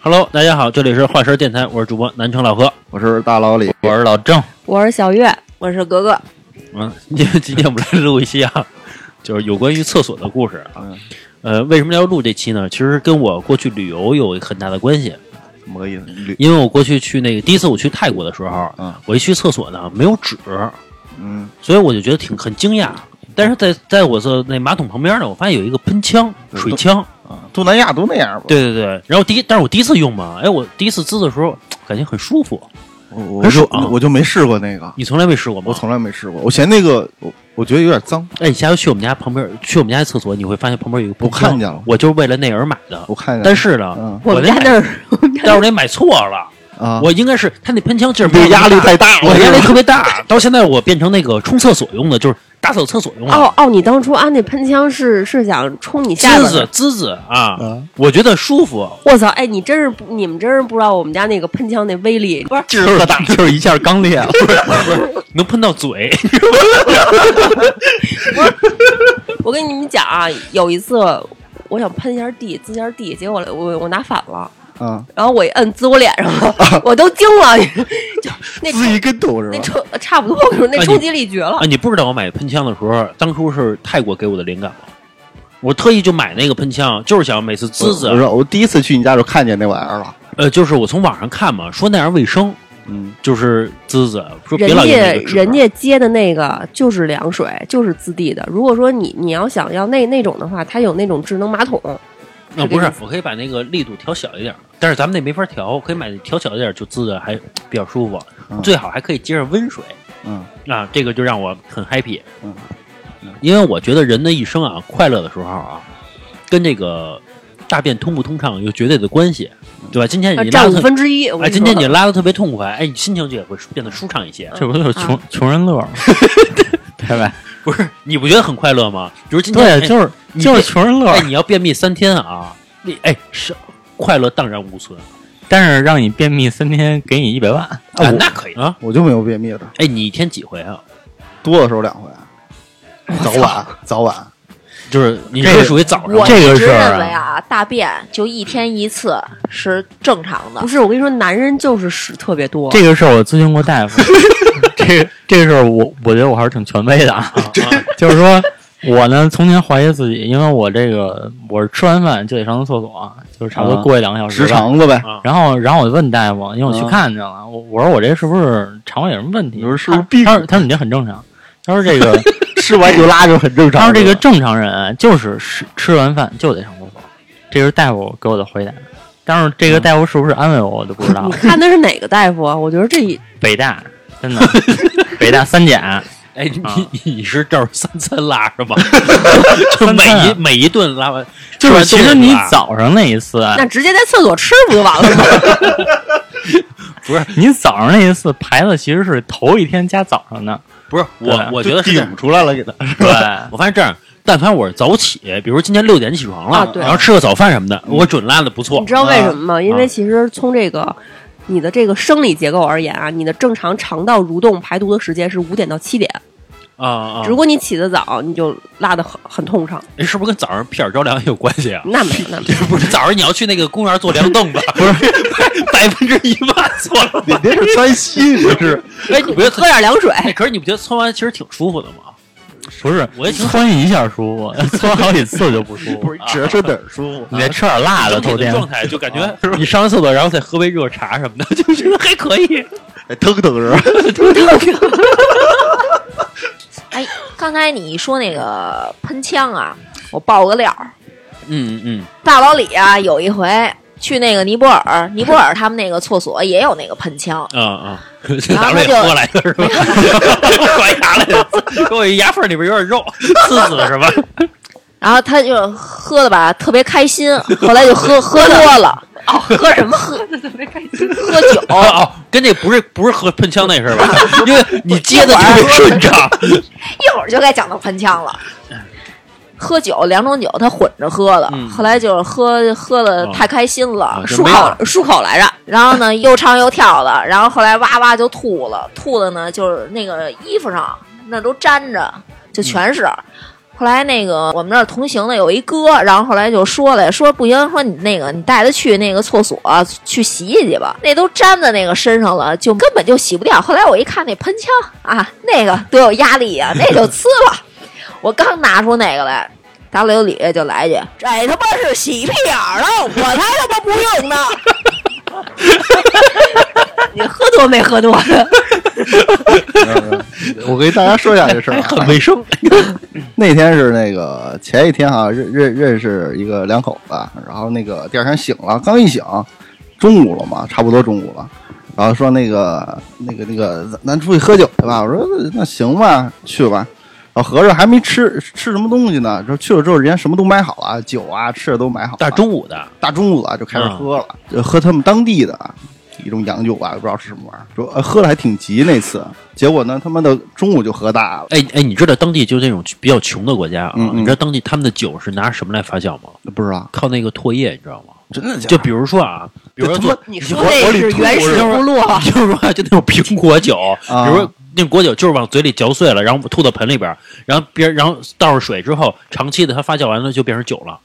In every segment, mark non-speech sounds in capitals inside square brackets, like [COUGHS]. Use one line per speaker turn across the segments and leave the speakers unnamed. Hello，大家好，这里是画蛇电台，我是主播南城老何，
我是大老李，
我是老郑。
我是小月，我是格格。
嗯， [LAUGHS] 今今天我们来录一期啊， [LAUGHS] 就是有关于厕所的故事啊。呃，为什么要录这期呢？其实跟我过去旅游有很大的关系，
怎么个意思？旅
因为我过去去那个第一次我去泰国的时候，
嗯
我一去厕所呢没有纸，
嗯，
所以我就觉得挺很惊讶。但是在在我的那马桶旁边呢，我发现有一个喷枪、
对
水枪，
啊东南亚都那样吧？，
对对对。然后第一，但是我第一次用嘛，哎，我第一次滋的时候感觉很舒服。
我我
很
就
爽
我就没试过那个，
你从来没试过吗？
我从来没试过。我嫌那个，我我觉得有点脏，
哎，你下回去我们家旁边，去我们家厕所，你会发现旁边有一个
我
喷枪
看见了
我就是为了那而买的。
我看见了。
但是呢，
嗯
我们
那
家
买
那儿，我们家
但是我那买错了，
啊，
我应该是他那喷枪劲儿
你这压力太大了，
我压力特别大，到现在我变成那个冲厕所用的，就是打扫厕所用
[LAUGHS] 哦
的。
哦，你当初安那喷枪是是想冲你下
滋
巴
滋
的？
滋滋啊
嗯！
我觉得舒
[LAUGHS]
服，
我操！哎，你真是不你们真是不知道我们家那个喷枪那威力。不是，
劲儿特大，就是一下刚
[LAUGHS]
裂了。
能喷到嘴。
我跟你们讲啊，有一次我想喷一下地，滋一下地，结果我我拿反了，
啊，
然后我一摁滋我脸上了，
[LAUGHS]
我都惊了， [LAUGHS] 就那
自己跟头是
那
吧？
冲差不多，我跟你说那冲击力绝了
哎啊，。你不知道我买喷枪的时候，当初是泰国给我的灵感吗？我特意就买那个喷枪，就是想每次滋滋
我，说我第一次去你家就看见那玩意儿了，
呃，就是我从网上看嘛，说那样卫生，
嗯，
就是滋滋，说别
人
老用
家
那个纸
人家接的那个就是凉水，就是自地的。如果说你你要想要那那种的话，它有那种智能马桶，
那
是
啊不
这
是
意思，
我可以把那个力度调小一点儿，但是咱们那没法调，我可以买调小一点儿就滋的还比较舒服，
嗯
最好还可以接着温水
嗯
啊，这个就让我很 happy。
嗯
因为我觉得人的一生啊，快乐的时候啊，跟这个大便通不通畅有绝对的关系，
嗯
对吧？今
[LAUGHS]
天
它
你拉
占五
得特
分之一。我
哎，
跟
今
你
天
说啊嗯
你拉的特别痛快，哎，你心情就也会变得舒畅一些。
这不就是穷穷人乐吗？拜拜。
不是，你不觉得很快乐吗？比如今天，
对，
哎
就是
你
就是
这
穷人乐
哎，，你要便秘三天啊，你哎是快乐荡然无存
啊但是让你便秘三天，给你一百万。
啊，
我
那可以啊。
我就没有便秘的，
哎，你一天几回啊？
多的时候两回，早晚早晚，
就是你
这
这
个
属于早上
我
这个
一直
事儿啊
认为啊，大便就一天一次是正常的
不。是，我跟你说，男人就是屎特别多。
这个事儿我咨询过大夫，这这个事儿我我觉得我还是挺权威的啊。就是说我呢，从前怀疑自己，因为我这个我是吃完饭就得上趟厕所，啊就是差不多过一两个小时
时
吧。
长子呗。
然后，然后我就问大夫，因为我去
啊
看去了，我我说我这是不是肠胃有什么问题？
你说是不是
他
病
他说他说你这很正常。他说这个，
吃完就拉就很正
他
常
说
是吧。
这个正常人啊就是吃吃完饭就得上厕所，这是大夫给我的回答。但是这个大夫是不是安慰我，我就不知道
啊 [LAUGHS] 你
了。
看的是哪个大夫啊？我觉得这
北大真的，北大三甲，
哎，你
啊
你你是照着三餐拉是
[LAUGHS]
吗？就
三
每
餐啊
一每一顿拉完，
就是
吃
其
完
实
东西
你
拉
早上那一次，
那直接在厕所吃不就完了吗？
你早上那一次排的其实是头一天加早上的，
不是我
对，
我
就
觉得是这样。
顶出来了，给他
对，
[LAUGHS] 我发现这样，但凡我是早起，比如今天六点起床了，
啊对嗯
然后吃个早饭什么的，我准拉的不错
你。知道为什么吗？因为其实从这个你的这个生理结构而言啊，你的正常肠道蠕动排毒的时间是五点到七点。
啊啊！
如果你起得早，你就拉的很很通畅。
哎是不是跟早上屁眼儿着凉也有关系啊？
那没那没。
[LAUGHS] 不是，早上你要去那个公园做凉凳子， [LAUGHS] 不是百分之一万错了
[LAUGHS] 你
吧？
这是钻心，你这是
哎， [LAUGHS] 你不觉
喝
得？
点凉水，
哎，可是你不觉得搓完其实挺舒服的吗？
不是
我也挺
窜一下舒服， [LAUGHS] 窜好几次就不舒
[LAUGHS]
服。
只要是哪儿舒服？
你再吃点辣的，
整
头
体的
天
状态就 [LAUGHS] 感觉你上完厕所，然后再喝杯热茶什么的， [LAUGHS] 就觉得还可以。
哎腾腾是吧？
哎，刚才你说那个喷枪啊，我爆个料儿，
嗯嗯，
大老李啊，有一回去那个尼泊尔，尼泊尔他们那个厕所也有那个喷枪，
啊 [LAUGHS] 啊，这
然后
打了
他
也
就
喝来的是吧？ [LAUGHS] 刷牙来的，给我牙缝里边有点肉，刺死了是吧？
然后他就喝的吧特别开心，后来就喝喝多了，哦，喝什么喝？喝酒，
哦哦，跟这不是不是和喷枪那事 [LAUGHS] 儿吧？因为你接的特别顺 [LAUGHS] 畅，
一会儿就该讲到喷枪了。喝酒两种酒，他混着喝的，
嗯
后来就是喝喝的太开心了
啊，就
漱、
没有了
口漱口来着，然后呢又唱又跳的，然后后来哇哇就吐了，吐的呢就是那个衣服上那都粘着，就全是。后来那个我们那儿同行的有一哥，然后后来就说了，说不行，说你那个你带他去那个厕所去洗洗去吧，那都粘在那个身上了，就根本就洗不掉。后来我一看那喷枪啊，那个多有压力呀、那就呲了。我刚拿出那个来，大刘里就来一句：“这他妈是洗屁眼儿了，我才他妈不用 [LAUGHS] 呢！
你喝多没喝多？
[LAUGHS] 我给大家说一下这事儿、啊，
[LAUGHS] 很卫生。
[LAUGHS] 那天是那个前一天哈、认认认识一个两口子，然后那个第二天醒了，刚一醒，中午了嘛，差不多中午了，然后说那个那个那个，咱咱出去喝酒去吧。我说那行吧，去吧。然后合着还没吃吃什么东西呢，说去了之后人家什么都买好了，酒啊吃的都买好了，
大中午的，
大中午啊就开始喝了，就喝他们当地的啊一种洋酒吧，也不知道是什么玩意儿，说、呃、喝的还挺急那次，结果呢他妈的中午就喝大了，
哎哎，你知道当地就那种比较穷的国家啊，
嗯嗯
你知道当地他们的酒是拿什么来发酵吗？
不知道
靠那个唾液，你知道吗？
真的假的？
就比如说啊，比如说
这他妈
做
你
就
说这是原始部落，
比如说啊就那种苹果酒，
啊
比如说那果酒就是往嘴里嚼碎了，然后吐到盆里边儿，然后边然后倒上水之后，长期的它发酵完了就变成酒了。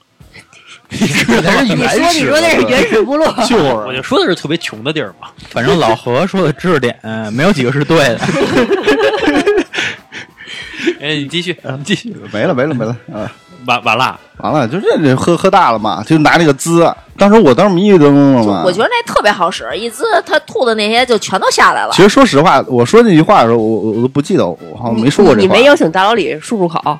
还是
[LAUGHS] 你
原始
说
的
你说那是原始部落，
我就说的是特别穷的地儿嘛。
反正老何说的知识点没有几个是对的。
哎，你继续，你继续，
没了没了没了啊！
完完了，
完了，就这这喝喝大了嘛，就拿那个滋，当时我当时迷迷瞪瞪了嘛。
我觉得那特别好使，一滋他吐的那些就全都下来了
其。实说实话，我说那句话的时候，我我我都不记得，我好像没说过这
你
话。
没邀请大老李漱漱口，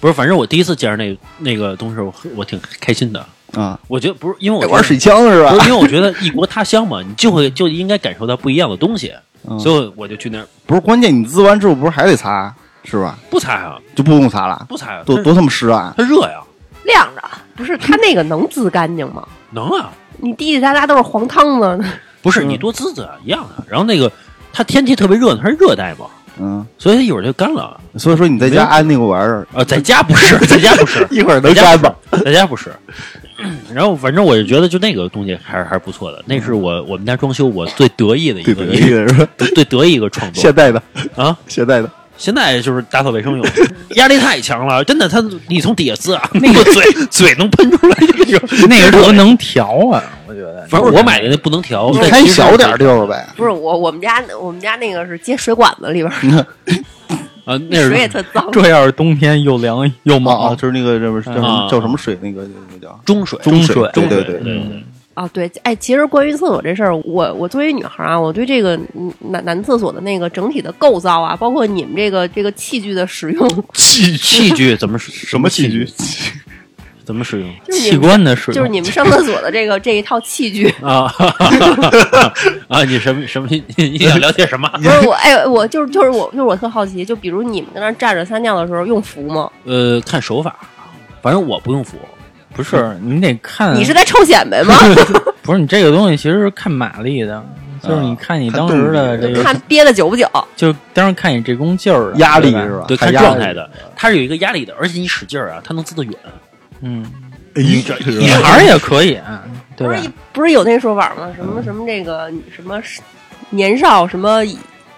不是，反正我第一次见着那那个东西，我我挺开心的。
啊？
我觉得不是，因为我
得
觉得
玩水枪是吧
不？是因为我觉得异国他乡嘛，你就会就应该感受到不一样的东西，
嗯
所以我就去那儿
不是，关键你滋完之后不是还得擦是吧？
不擦呀，
就不用擦了，
不擦呀，
多
它
多他妈湿啊！
它热呀，
晾着，
不是他那个能滋干净吗？
能啊，
你滴滴答答都是黄汤子，
不是你多滋滋啊一样的。然后那个它天气特别热，它是热带嘛，
嗯，
所以它一会儿就干了。
所以说你在家安那个玩意儿，
啊，在家不是，在家不是，
一会儿
在
[LAUGHS] 能
家
干
不
吧？
是，在家不是。 [CLEARS THROAT] 然后反正我就觉得就那个东西还是还是不错的，那是我我们家装修我最得意的一
对
个
对对，是吧？
最得意一个创作
[LAUGHS] 现代的
啊。
现代的，
现在就是打扫卫
[LAUGHS]
生用，压力太强了，真的，他你从底下滋啊，那个 [LAUGHS] 嘴嘴能喷出来，那个
那个什么能调啊？我觉得，
反正我买的那不能调，
你
但
开
其实
小点儿地儿呗。
不是我我们家我们家那个是接水管子里边儿，
啊，那是
水也特脏，
这要是冬天又凉
[LAUGHS]
又
哦哦，
猛，
就是那个叫什
啊
么叫什么水？那个那个叫
中水，
中
水
对
对
对对
对
对。
对
啊，对，哎，其实关于厕所这事儿，我我作为女孩儿啊，我对这个嗯男男厕所的那个整体的构造啊，包括你们这个这个器具的使
[LAUGHS]
用，
器器具怎么
[LAUGHS] 什
什
么器具？？
怎么使
[LAUGHS]
用
就是
器
你们
官的水
就是你们上厕所的这个这一套器具，
啊啊！你什么什么？你你想了解什么？
不是我哎，我就是就是我就是我特好奇，就比如你们在那儿站着撒尿的时候用扶吗？
呃，看手法，反正我不用扶，
不是你得看，
你是在臭显
[LAUGHS]
摆吗？
[LAUGHS] 不是你这个东西其实是看马力的，
嗯
就是你看你当时的这个，
看憋的久不久？
就是当时看你这弓劲儿啊
压力
对吧
是吧？
对，
太
看
压力
状态的，它是有一个压力的，而且你使劲儿啊，它能滋得远。
嗯，
哎这
你
女
这
孩儿也可以，啊对
不
吧
是？
啊
不是有那说法吗？什么什么这个什么是年少什么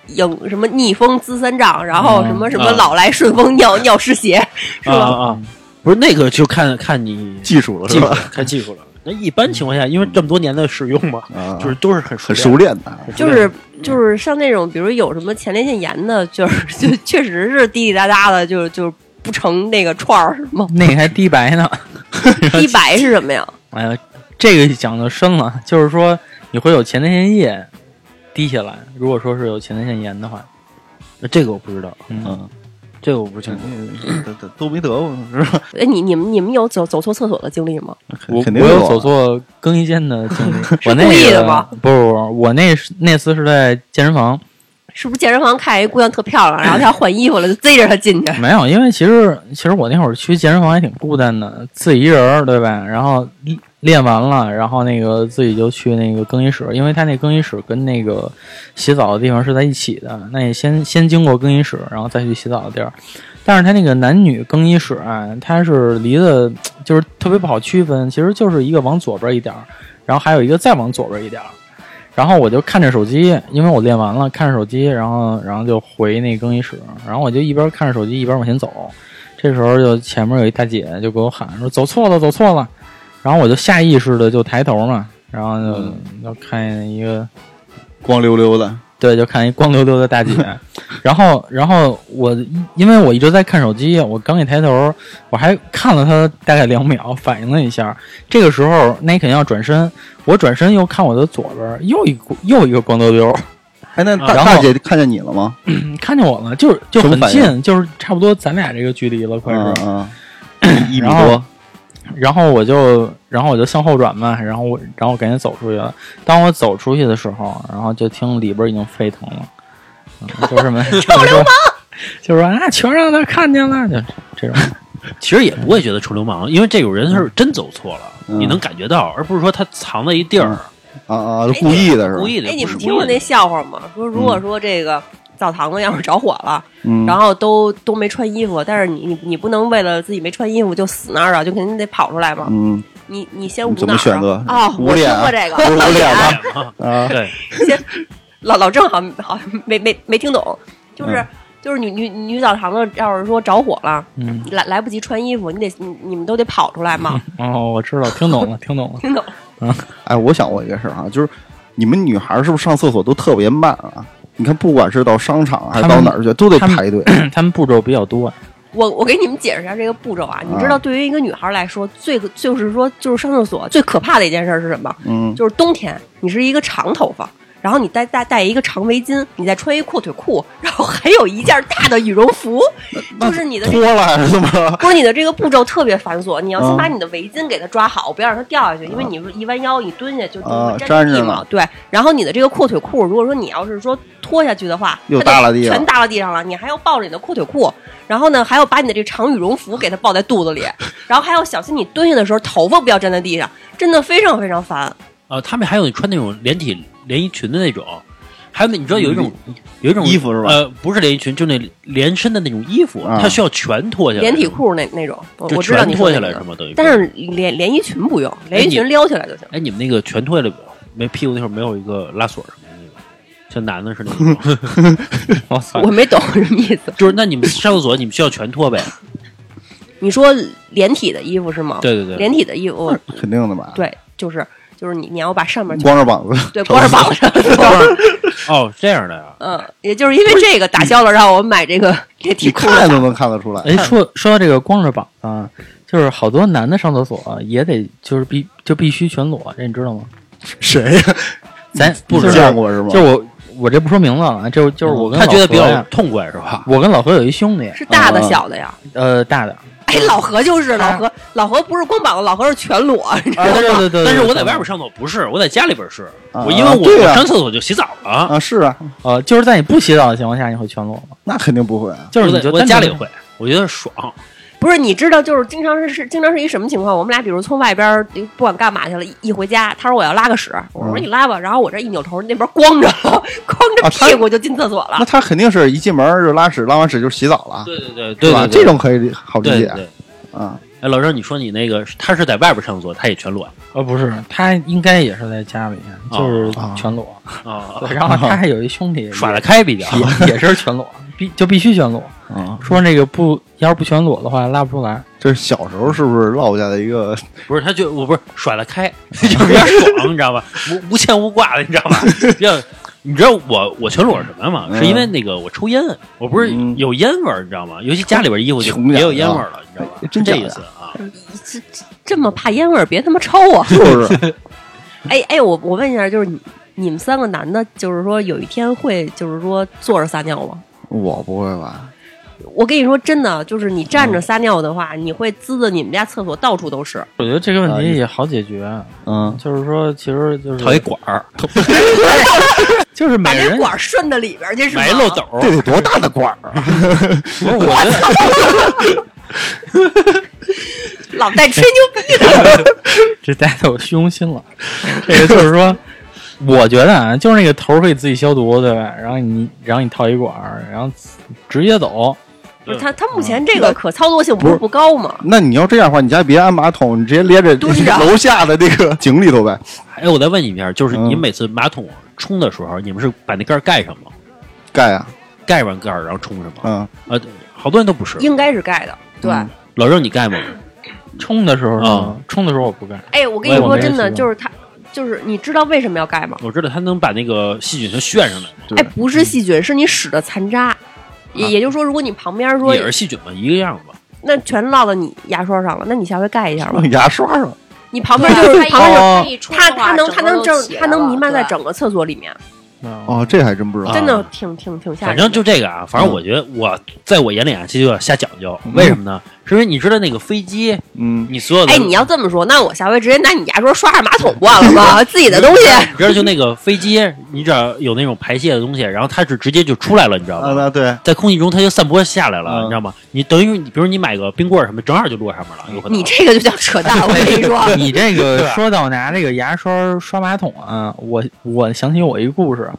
影什么逆风滋三丈，然后
嗯
什么什
啊
么老来顺
[LAUGHS]
风尿尿湿鞋，是
啊
吧？
啊啊！不是那个，就看看你
技术了
技
是
术
吧？
了，看技术了。那一般情况下，因为这么多年的使用嘛，
啊，
就是都是很熟
很熟
练
练的，
的，
就是就是像那种，比如有什么前列腺炎的，就是 [LAUGHS] 就确实是滴滴答答的，就就不成那个串儿
[LAUGHS]
是吗？
那个还低白呢， [LAUGHS]
一白是什么呀？
哎呀，这个讲的深了，就是说你会有前列腺液滴下来，如果说是有前列腺炎的话，
这个我不知道，
嗯，
嗯，
这个我不
这
清楚。
这这都没得过是吧？
哎，你你们你们有走走错厕所的经历吗？
我
肯定
我
有
有走错更衣间的经历，我那
故意的
个
吗
不不不，我那是那次是在健身房，
是不是健身房看一姑娘特
[LAUGHS]
漂亮，然后她要换衣服了，就贼着她进去？
没有，因为其实其实我那会儿去健身房也挺孤单的，自己一人儿，对吧？然后一练完了，然后那个自己就去那个更衣室，因为他那更衣室跟那个洗澡的地方是在一起的，那你先先经过更衣室，然后再去洗澡的地儿。但是他那个男女更衣室啊，它是离的，就是特别不好区分，其实就是一个往左边一点儿，然后还有一个再往左边一点儿。然后我就看着手机，因为我练完了，看着手机，然后然后就回那更衣室，然后我就一边看着手机一边往前走。这时候就前面有一大姐就给我喊说走错了，走错了。然后我就下意识的就抬头嘛，然后就、就看见一个
光溜溜的，
对，就看一光溜溜的大姐。然后，然后我因为我一直在看手机，我刚一抬头，我还看了她大概两秒，反应了一下。这个时候，那你肯定要转身，我转身又看我的左边儿，又一股又一个光溜溜，
哎，那大
然后
大姐看见你了吗？
嗯看见我了，就是就
什么
很
反应
近，就是差不多咱俩这个距离了，快是。
嗯嗯，一米
然后
多，
然后我就，然后我就向后转嘛，然后我，然后我赶紧走出去了。当我走出去的时候，然后就听里边已经沸腾了， [LAUGHS] 嗯、就是什么，就是说， [LAUGHS] 就是说啊，全让他看见了，就这种。
其实也不会觉得臭流氓，因为这种人是真走错了，
嗯
你能感觉到，而不是说他藏在一地儿，
啊啊，故意的是吧？
故意的。
哎，你
不是嗯故
们听过
意的
那笑话吗？说如果说这个澡堂子要是着火了，
嗯，
然后都都没穿衣服，但是你你你不能为了自己没穿衣服就死那儿啊，就肯定得跑出来嘛。
嗯，
你你先
你
捂
怎
哪
么
儿
选
啊？
择？
哦，
捂
我
脸
听
啊
过这
[LAUGHS]
个，
捂捂脸啊
对嘛
啊，
对，
老老郑好像好像没没没听懂，就是、
嗯
就是女女女澡堂子要是说着火了，
嗯，
来来不及穿衣服，你得你你们都得跑出来嘛，
哦，我知道，听懂了，听懂了。 [CLEARS THROAT]
听懂？
哎，我想过一个事儿哈，就是你们女孩儿是不是上厕所都特别慢啊？你看，不管是到商场还是到哪儿去，都得
她们
排队。
他们步骤比较多， [LAUGHS]
我我给你们解释一下这个步骤啊，你知
啊
道对于一个女孩来说，最就是说就是上厕所最可怕的一件事是什么？
嗯，
就是冬天，你是一个长头发，然后你戴戴戴一个长围巾，你再穿一阔腿裤，然后还有一件大的羽绒服，就是你的
脱了还是怎么着？
不是你的这个步骤特别繁琐，你要先
啊
把你的围巾给它抓好，不要让它掉下去，因为你一弯腰，你蹲下就就
嗯啊
会沾
粘
地
着
嘛
了。
对，然后你的这个阔腿裤，如果说你要是说脱下去的话，
又
它就
耷拉地上
全耷拉地上了，你还要抱着你的阔腿裤，然后呢还要把你的这长羽绒服给它抱在肚子里，然后还要小心你蹲下的时候头发不要粘在地上，真的非常非常烦。
啊，他们还有穿那种连体连衣裙的那种，还有那你知道有一种有一种
衣服是吧
呃，不是连衣裙，就那连身的那种衣服，
啊
它需要全脱下来，
连体裤那那种，我
就
我知道
全
你
脱
说
下
那
来
个
是吗？等于说
但是连连衣裙不用，连衣裙撩起来
[LAUGHS]
就行。
哎，你们那个全脱下来没有没屁股那块儿没有一个拉锁什么的那种，像男的似的那种，
我操
我，没懂什么意思。
就是那你们上厕所你们需要全脱呗？
你说连体的衣服是吗？，
对对对，
连体的衣服，我
肯定的吧？
对，就是就是你你要把上面全
光着膀子，
对光着膀子，
[LAUGHS] 哦，这样的呀。
嗯，也就是因为这个打消了让我买这个连体
你
裤
看都能看得出来。
哎，说说到这个光着膀子啊，就是好多男的上厕所啊也得就是必就必须全裸，这你知道吗？
谁呀？ [LAUGHS]
咱
不
嗯就是
见过是吗？
就我我这不说名字了，就就是我
嗯
跟
他
老
觉得比
何
较
呀
痛快是吧？
我跟老何有一兄弟，
是大的
啊
小的呀。 [LAUGHS]
呃，大
啊
的，
哎，老何就是老何，老何不是光膀子，老何是全裸，你知道
啊
对
吗？
对对
但是我在外边上厕所不是，我在家里边是，
啊
我因为我
对
我
啊
上厕所就洗澡了，
啊，是啊，
呃，就是在你不洗澡的情况下，你会全裸吗？
那肯定不会啊。
就是
我
你
在
就
我在
单纯
家里会，我觉得爽。
不是，你知道，就是经常是是经常是一什么情况？我们俩比如从外边儿不管干嘛去了，一一回家，他说我要拉个屎，我说
嗯
你拉吧，然后我这一扭头，那边光着了， [LAUGHS] 光着
啊他
屁股就进厕所了。
那他肯定是一进门就拉屎，拉完屎就洗澡了，
对对对
是
对
吧？
对，
这种可以理好理
对
解
对对。
啊。
哎，老张，你说你那个是他是在外边上厕所，他也全裸
呃，不是，他应该也是在家里，
哦
就是全裸。
啊，
对然后他还有一兄弟，
耍得开比较。
也也是全裸，必就必须全裸。
啊，
说那个不，要是不全裸的话，拉不出来。
这是小时候是不是落下的一个 [LAUGHS]
不是，他就我不是甩得开， [LAUGHS] 就比较爽，你知道吧？无无牵无挂的，你知道吧？ [LAUGHS] 比较，你知道我我全裸是什么吗？
嗯
是因为那个我抽烟，我不是
嗯
有烟味儿，你知道吗？尤其家里边衣服就
穷点儿啊
也有烟味儿了，你知道吧？
哎真
这
假的！
意思啊？
这这这么怕烟味儿，别他妈抽啊
[LAUGHS] 就是
哎哎，我我问一下，就是你你们三个男的，就是说有一天会就是说坐着撒尿吗？
我不会吧？
我跟你说，真的，就是你站着撒尿的话，你会滋的你们家厕所到处都是。
我觉得这个问
啊
题
你
呃也好解决，啊
嗯，
就是说，其实就是
套一管儿，
就是
把
每
那
人
管儿顺到里边儿去是
[LAUGHS]
吗？
买一漏斗
[LAUGHS]
儿，
这得多大的管儿啊！
不是我觉得，
老带吹牛逼的，
这带到我虚荣心了。这个就是说，我觉得啊，就是那个头儿可以自己消毒，对吧？然后你，然后你套一管儿，然后直接走。
不是他他目前这个可操作性不是不高吗？
那你要这样的话，你家别安马桶，你直接连着
蹲着
楼下的那个井里头呗。
哎，我再问你一下，就是
嗯
你每次马桶冲的时候，你们是把那盖儿盖上吗？
盖啊，
盖完盖儿然后冲是吗？
嗯，
啊，好多人都不是。
应该是盖的。
对，
嗯
老郑，你盖吗？
冲的时候呢
啊，
冲的时候我不干。
哎，我跟你
我也
说
没
真的，
习惯
就是他，就是你知道为什么要盖吗？
我知道他能把那个细菌全炫上来，
对
哎，不是细菌，是你屎的残渣。也也就是说，如果你旁边说
也是细菌嘛，一个样吧。
那全落到你牙刷上了，那你下回盖一下吧
用。 [LAUGHS] 牙刷上。
你旁
对
边啊就是
它一
旁边
冲
有，
它一冲
它
的话
它能它
整个
能
都
正
起来
它能
了
弥漫在
对
整个厕所里面，
[LAUGHS] 哦，
哦，这还真不知道。
啊
真的挺挺挺吓
反
人的。
正就这个啊，反
嗯
正我觉得我在我眼里啊，这就叫瞎讲究。为什么呢？是因为你知道那个飞机，
嗯，
你所有的
哎，你要这么说，那我下回直接拿你牙刷刷上马桶不完了吗？自己的东西。
你知道就那个飞机，你只要有那种排泄的东西，然后它是直接就出来了，你知道吗？
啊，那对，
在空气中它就散播下来了，
嗯
你知道吗？你等于你，比如你买个冰棍儿什么，正好就落上面了，有可能。啊
你这个就叫扯淡，我跟你
[LAUGHS]
说，
你这个说到拿这个牙刷刷马桶啊，我我想起我一个故 [LAUGHS] 事，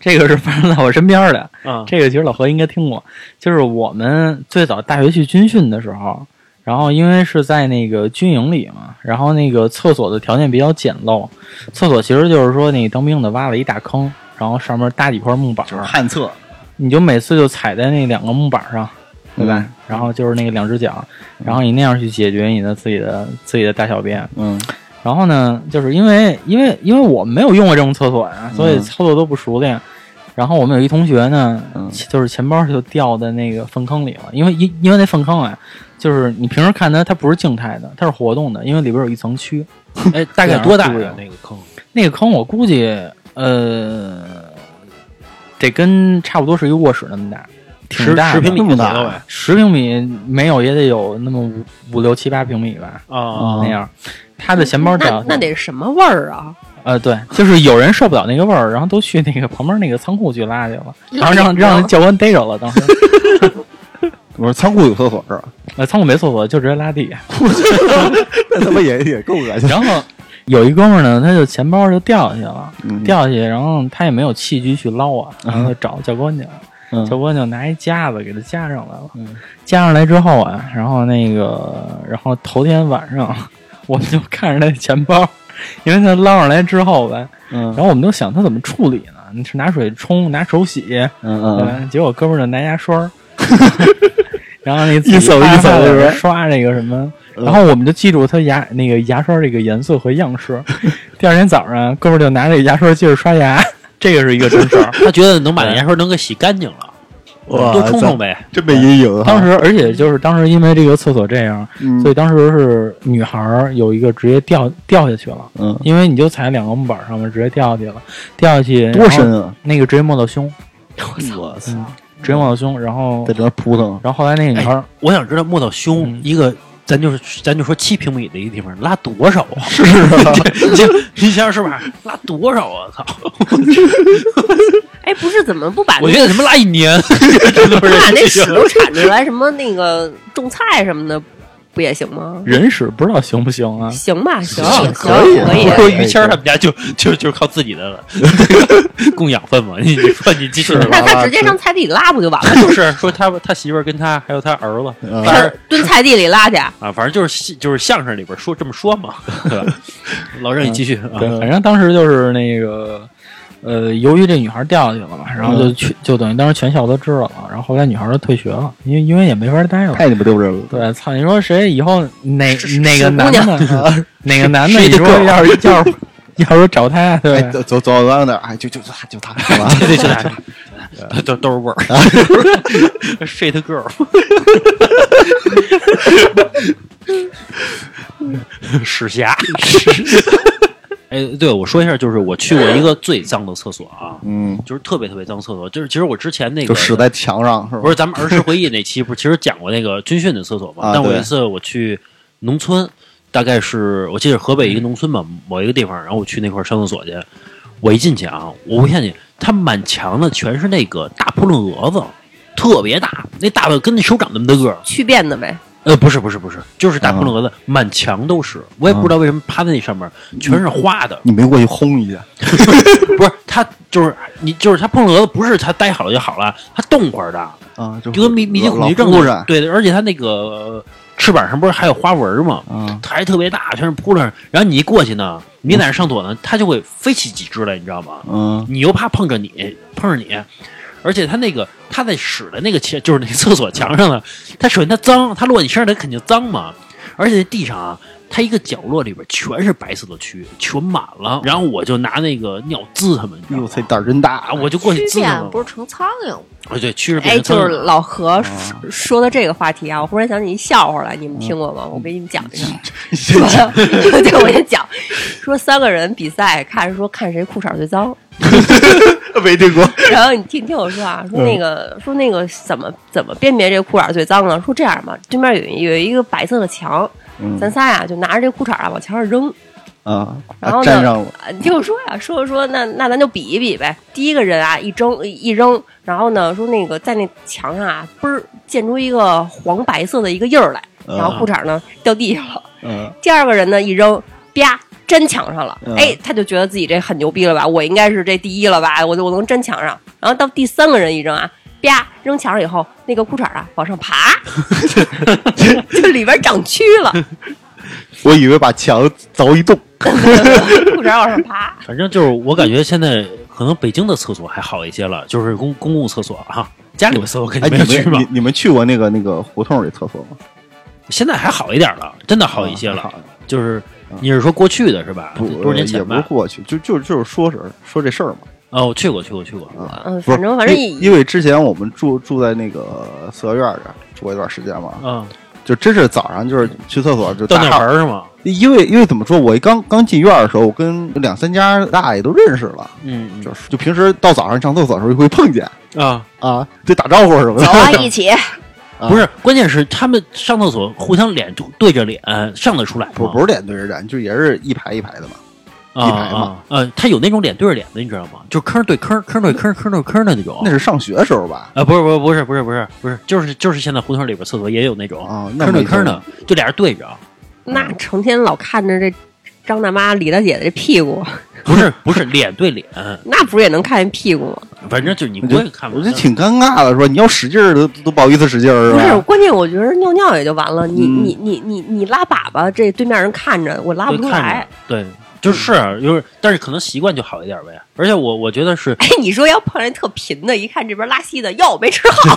这个是发生在我身边儿的。
啊，
这个其实老何应该听过，就是我们最早大学去军训的时候，然后因为是在那个军营里嘛，然后那个厕所的条件比较简陋，厕所其实就是说那个当兵的挖了一大坑，然后上面搭几块木板儿，
旱厕，
你就每次就踩在那两个木板上，对吧？然后就是那个两只脚，然后你那样去解决你的自己的自己的大小便。
嗯？
然后呢，就是因为因为因为我没有用过这种厕所呀、
嗯
所以操作都不熟练。然后我们有一同学呢，
嗯
就是钱包就掉在那个粪坑里了，因为因因为那粪坑啊，就是你平时看它，它不是静态的，它是活动的，因为里边有一层蛆。
哎，大概多大
对
呀
啊？
那个坑？
那个坑我估计呃，得跟差不多是一个卧室那么大，挺
十
大的
十平米
那么
左
大
右呗。
十平米没有也得有那么五五六七八平米吧，
啊，
那样。他的钱包
那
掉，
那得什么味儿啊？
呃，对，就是有人受不了那个味儿，然后都去那个旁边那个仓库去拉去了，然后让让教官逮着了。当时，
我说仓库有厕所是吧？ [LAUGHS]
呃，仓库没厕所，就直接拉地下。
那他妈也也够恶心。
然后有一哥们儿呢，他就钱包就掉下去了，
嗯
掉下去，然后他也没有器具去捞啊，然后就找教官去了。
嗯
教官就拿一夹子给他夹上来了，
嗯
夹上来之后啊，然后那个，然后头天晚上我们就看着那钱包，因为他捞上来之后吧，然
嗯
后我们就想他怎么处理呢？你是拿水冲，拿手洗，
嗯
对
嗯
吧结果哥们儿就拿牙
[LAUGHS]
刷儿，然后那
一手一手的
的
是吧
刷那个什么，
嗯
然后我们就记住他牙那个牙刷这个颜色和样
[LAUGHS]
式。第二天早上，哥们儿就拿这个牙刷接着刷牙， [LAUGHS] 这个是一个真事儿。
啊
他觉得能把那牙刷能给洗干净了，
哇
多冲冲呗。
真没阴影啊。
当时，而且就是当时因为这个厕所这样，
嗯，
所以当时是女孩儿有一个直接掉掉下去了，
嗯，
因为你就踩两个木板上面直接掉下去了，掉下去
多深啊！
那个直接没到胸，
哎我操，
嗯，直接没到胸，然后
在这扑腾，
然后后来那个女
哎
孩儿
我想知道没到胸
嗯
一个，咱就是咱就说七平米的一个地方拉多少啊？
[LAUGHS] 是啊，
这你想想是吧？拉多少啊？操！
哎，不是，怎么不把
我觉得他妈拉一 [LAUGHS] 年，真
[LAUGHS]
的不
把那
是
屎都铲出来，什么那个种菜什么的，不也行吗？
人屎不知道行不行啊？
行吧，行
行
行
可以
可以
[LAUGHS] 我。说于谦儿他们家就就就靠自己的供养分嘛。你你说你继续
是
那
吧。
他直接上菜地里拉不就完了吗？
[LAUGHS] 就是说他他媳妇儿跟他还有他儿子，
嗯
反正
蹲菜地里拉去，
啊，反正就是戏就是相声里边说这么说嘛， [LAUGHS] 对吧？老郑，你继续啊。
对，反正当时就是那个，呃，由于这女孩掉下去了嘛，然后就去，就等于当时全校都知道了，然后后来女孩就退学了，因为因为也没法待了。
太你妈丢人了。
对，操！你说谁以后哪
是
哪个
是
男
姑娘
的， [LAUGHS] 哪个男的？
是
你
一个
说要啊是 [LAUGHS] 要是要是找他，对
哎，
吧
走走走到那儿，哎，就就就他，就他，好 [LAUGHS] 吧
对对 [LAUGHS] 对，都都是味儿 [LAUGHS] ，shit girl，屎侠。 [LAUGHS] 哎，对，我说一下，就是我去过一个最脏的厕所啊，
嗯，
就是特别特别脏厕所，就是其实我之前那个
就屎在墙上是吧？
不是咱们儿时回忆那期不是其实讲过那个军训的厕所嘛？
啊
但我
对
有一次我去农村，大概是我记得河北一个农村嘛，某一个地方，然后我去那块儿上厕所去，我一进去啊，我不骗你，它满墙的全是那个大扑棱蛾子，特别大，那大的跟那手掌那么大个儿。
去便的呗。
呃，不是不是不是，就是大扑棱
啊
蛾子，满墙都是，我也不知道为什么趴在那上面全是花的，
你没过去轰一下，
[LAUGHS] 不是它就是你就是它扑棱蛾子，不是它待好了就好了，它动会儿的，
啊，就
就跟迷迷
老
津恐惧
老
症
忽
似
然
的，对的，而且它那个翅膀上不是还有花纹吗？
啊，
它还特别大，全是扑棱儿。然后你一过去呢，你在那儿上锁呢，它就会飞起几只来，你知道吗？
嗯
你又怕碰着你，碰着你，而且它那个它在使的那个墙，就是那厕所墙上了，它首先它脏，它落你身上它肯定脏嘛，而且地上啊，它一个角落里边全是白色的蛆，全满了。然后我就拿那个尿滋它们，你知
哎
道
呦
吗
我操，胆儿真大
啊，！ [LAUGHS] 我就过去
蛆
滋它
变
们
不。是成苍蝇
[LAUGHS]
吗？
哦，对，嗯蛆是变
哎，
成苍
就
蝇
是
了
老何说说的这个话题啊，我忽然想起一笑话来，你
嗯
们听过吗？我给你们讲一下。说 [LAUGHS] 对，我先讲，说三个人比赛，看说看谁裤衩最脏。
没听过，
然后你听听我说啊，说那个、
嗯
说那个怎么怎么辨别这裤衩最脏呢？说这样吧，对面有一有一个白色的墙，
嗯
咱仨呀、就拿着这裤衩啊往墙上扔。
啊，
然后
啊
呢
粘上了，
啊，你听我说呀，说着说着那那咱就比一比呗。第一个人啊一扔一扔，然后呢说那个在那墙上啊嘣儿溅出一个黄白色的一个印儿来，然
啊
后裤衩呢掉地下了。
嗯
第二个人呢一扔，啪粘墙上了
嗯，
哎，他就觉得自己这很牛逼了吧，我应该是这第一了吧，我就我能粘墙上。然后到第三个人一扔啊，啪扔墙上以后，那个裤衩啊往上爬，
[LAUGHS]
就里边长蛆了，
我以为把墙凿一洞，
裤衩往上爬。
反正就是我感觉现在可能北京的厕所还好一些了，就是公公共厕所啊，家里的厕所肯
哎，
定没
你
有去
们
嘛
你。你们去过那个那个胡同里厕所吗？
现在还好一点了，真的好一些
啊嗯
了。就是你是说过去的是吧？
不
多少年
也
前
不是
吧？
过去，就就就是说是说这事儿嘛。
哦，我去过，去过，去过。
嗯，
不是
反正反正
因
也
因为之前我们住住在那个四合院儿这儿住过一段时间嘛，
嗯，
就真是早上就是去厕所就
到
打
那
号
门儿是吗？
因为因为怎么说，我一刚刚进院儿的时候，我跟两三家大爷都认识了，
嗯
就是就平时到早上上厕所的时候就会碰见
啊，
啊，就打招呼什么的。
[LAUGHS]
走啊，一起，
啊
不是，关键是他们上厕所互相脸对着脸，上得出来吗？
不不是脸对着脸，就也是一排一排的嘛。
啊
一排嘛
啊，呃，他有那种脸对着脸的，你知道吗？就坑对坑，坑对坑，坑对坑的那种。
那是上学的时候吧？
啊，不是不是不是不是不是不是，就是就是现在胡同里边厕所也有那种
啊，那
坑对
没
坑
辙
的，就俩人对
[LAUGHS]
着。
那成天老看着这张大妈、李大姐的这屁股，
不是不是脸对脸，
那不是也能看见屁股吗？
反正就是你
我
不会看
就
不
我
见
就挺尴尬的，说你要使劲儿都都不好意思使劲儿，
不是，
吧？
关键我觉得尿尿也就完了，你
嗯
你你你你拉粑粑，这对面人看着我拉不
就
出
看
来
着。对，就是
嗯
就是，但是可能习惯就好一点呗。而且我我觉得是
哎，你说要碰见特贫的，一看这边拉稀的，药没吃好，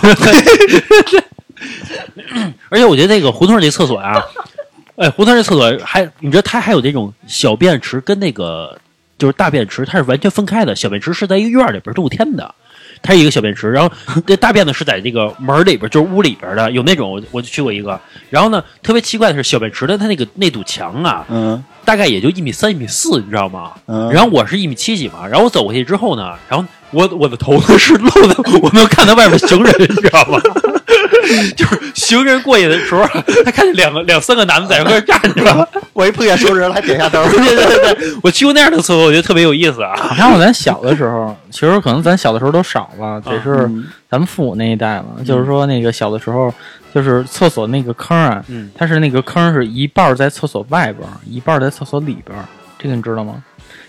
而且我觉得那个胡同这厕所啊，哎，胡同这厕所还，你知道它还有那种小便池跟那个就是大便池，它是完全分开的。小便池是在一个院儿里边露天的，它是一个小便池，然后这大便呢是在这个门儿里边，就是屋里边的，有那种我我就去过一个。然后呢，特别奇怪的是小便池的它那个那堵墙啊，
嗯
大概也就一米三、一米四，你知道吗？
嗯，
然后我是一米七几嘛，然后我走过去之后呢，然后我我的头呢是露的，我能看到外面行人，你知道吗？就是行人过去的时候，他看见两个两三个男的在那儿站着，
我一碰见熟人还点下 [LAUGHS] 头，
对对对对，我去过那样的厕所，我觉得特别有意思啊。
你看我咱小的时候，其实可能咱小的时候都少了，得是
嗯
咱们父母那一代了。就是说，那个小的时候，就是厕所那个坑啊，
嗯
它是那个坑是一半儿在厕所外边儿，一半儿在厕所里边儿，这个你知道吗？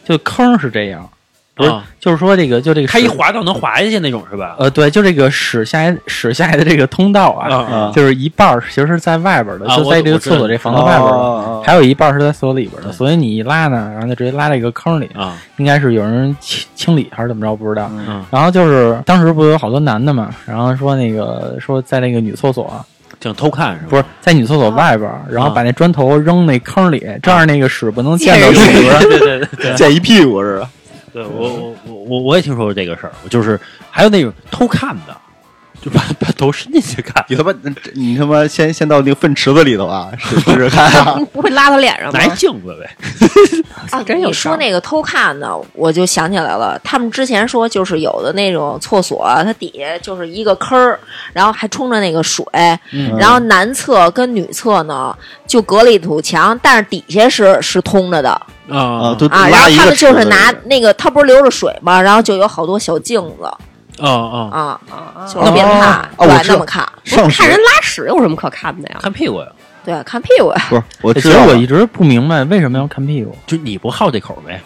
就坑是这样，不是，
啊
就是说这个就这个
他一
屎
滑道能滑下去那种是吧？
呃，对，就这个屎下来屎下来的这个通道啊，
啊
就是一半儿其实是在外边儿的，
啊
就在
我
这个
我知道
厕所这房子外边儿的，
哦
还有一半儿是在厕所里边儿的，
对
所以你一拉呢，然后就直接拉到一个坑里，
啊
应该是有人清清理还是怎么着，不知道。
嗯
嗯，
然后就是当时不是有好多男的嘛，然后说那个说在那个女厕所，啊
想偷看是吧？
不是在女厕
啊
所外边儿，然
啊
后把那砖头扔那坑里，这样那个屎不能溅到
溅
里边儿。
对对对对
溅一屁股是吧？
对，我我我我我也听说过这个事儿，就是还有那种偷看的，就把把头伸进去看，
你他妈，这你他妈先先到那个粪池子里头啊，试试看 [LAUGHS] 啊
不会拉到脸上吗
拿？一镜子呗。
啊，
真有
你
事
说
儿
那个偷看的，我就想起来了。他们之前说，就是有的那种厕所，啊它底下就是一个坑儿，然后还冲着那个水，
嗯
然后男厕跟女厕呢就隔了一堵墙，但是底下是是通着的
啊
啊！都
啊。然
拉
后
一
他
个
们就
池
是
子
拿
里
那个，它不是流着水吗？然后就有好多小镜子，
啊啊，
啊，
啊
就是别
哦
看
啊，
不
我
然
知
那
道
么看，
上
看人
学
拉屎有什么可看的呀？
看屁股呀，
对，看屁股呀。
不是我
其
知
实
道
我
了
一直不明白为什么要看屁股，
就你不好这口呗，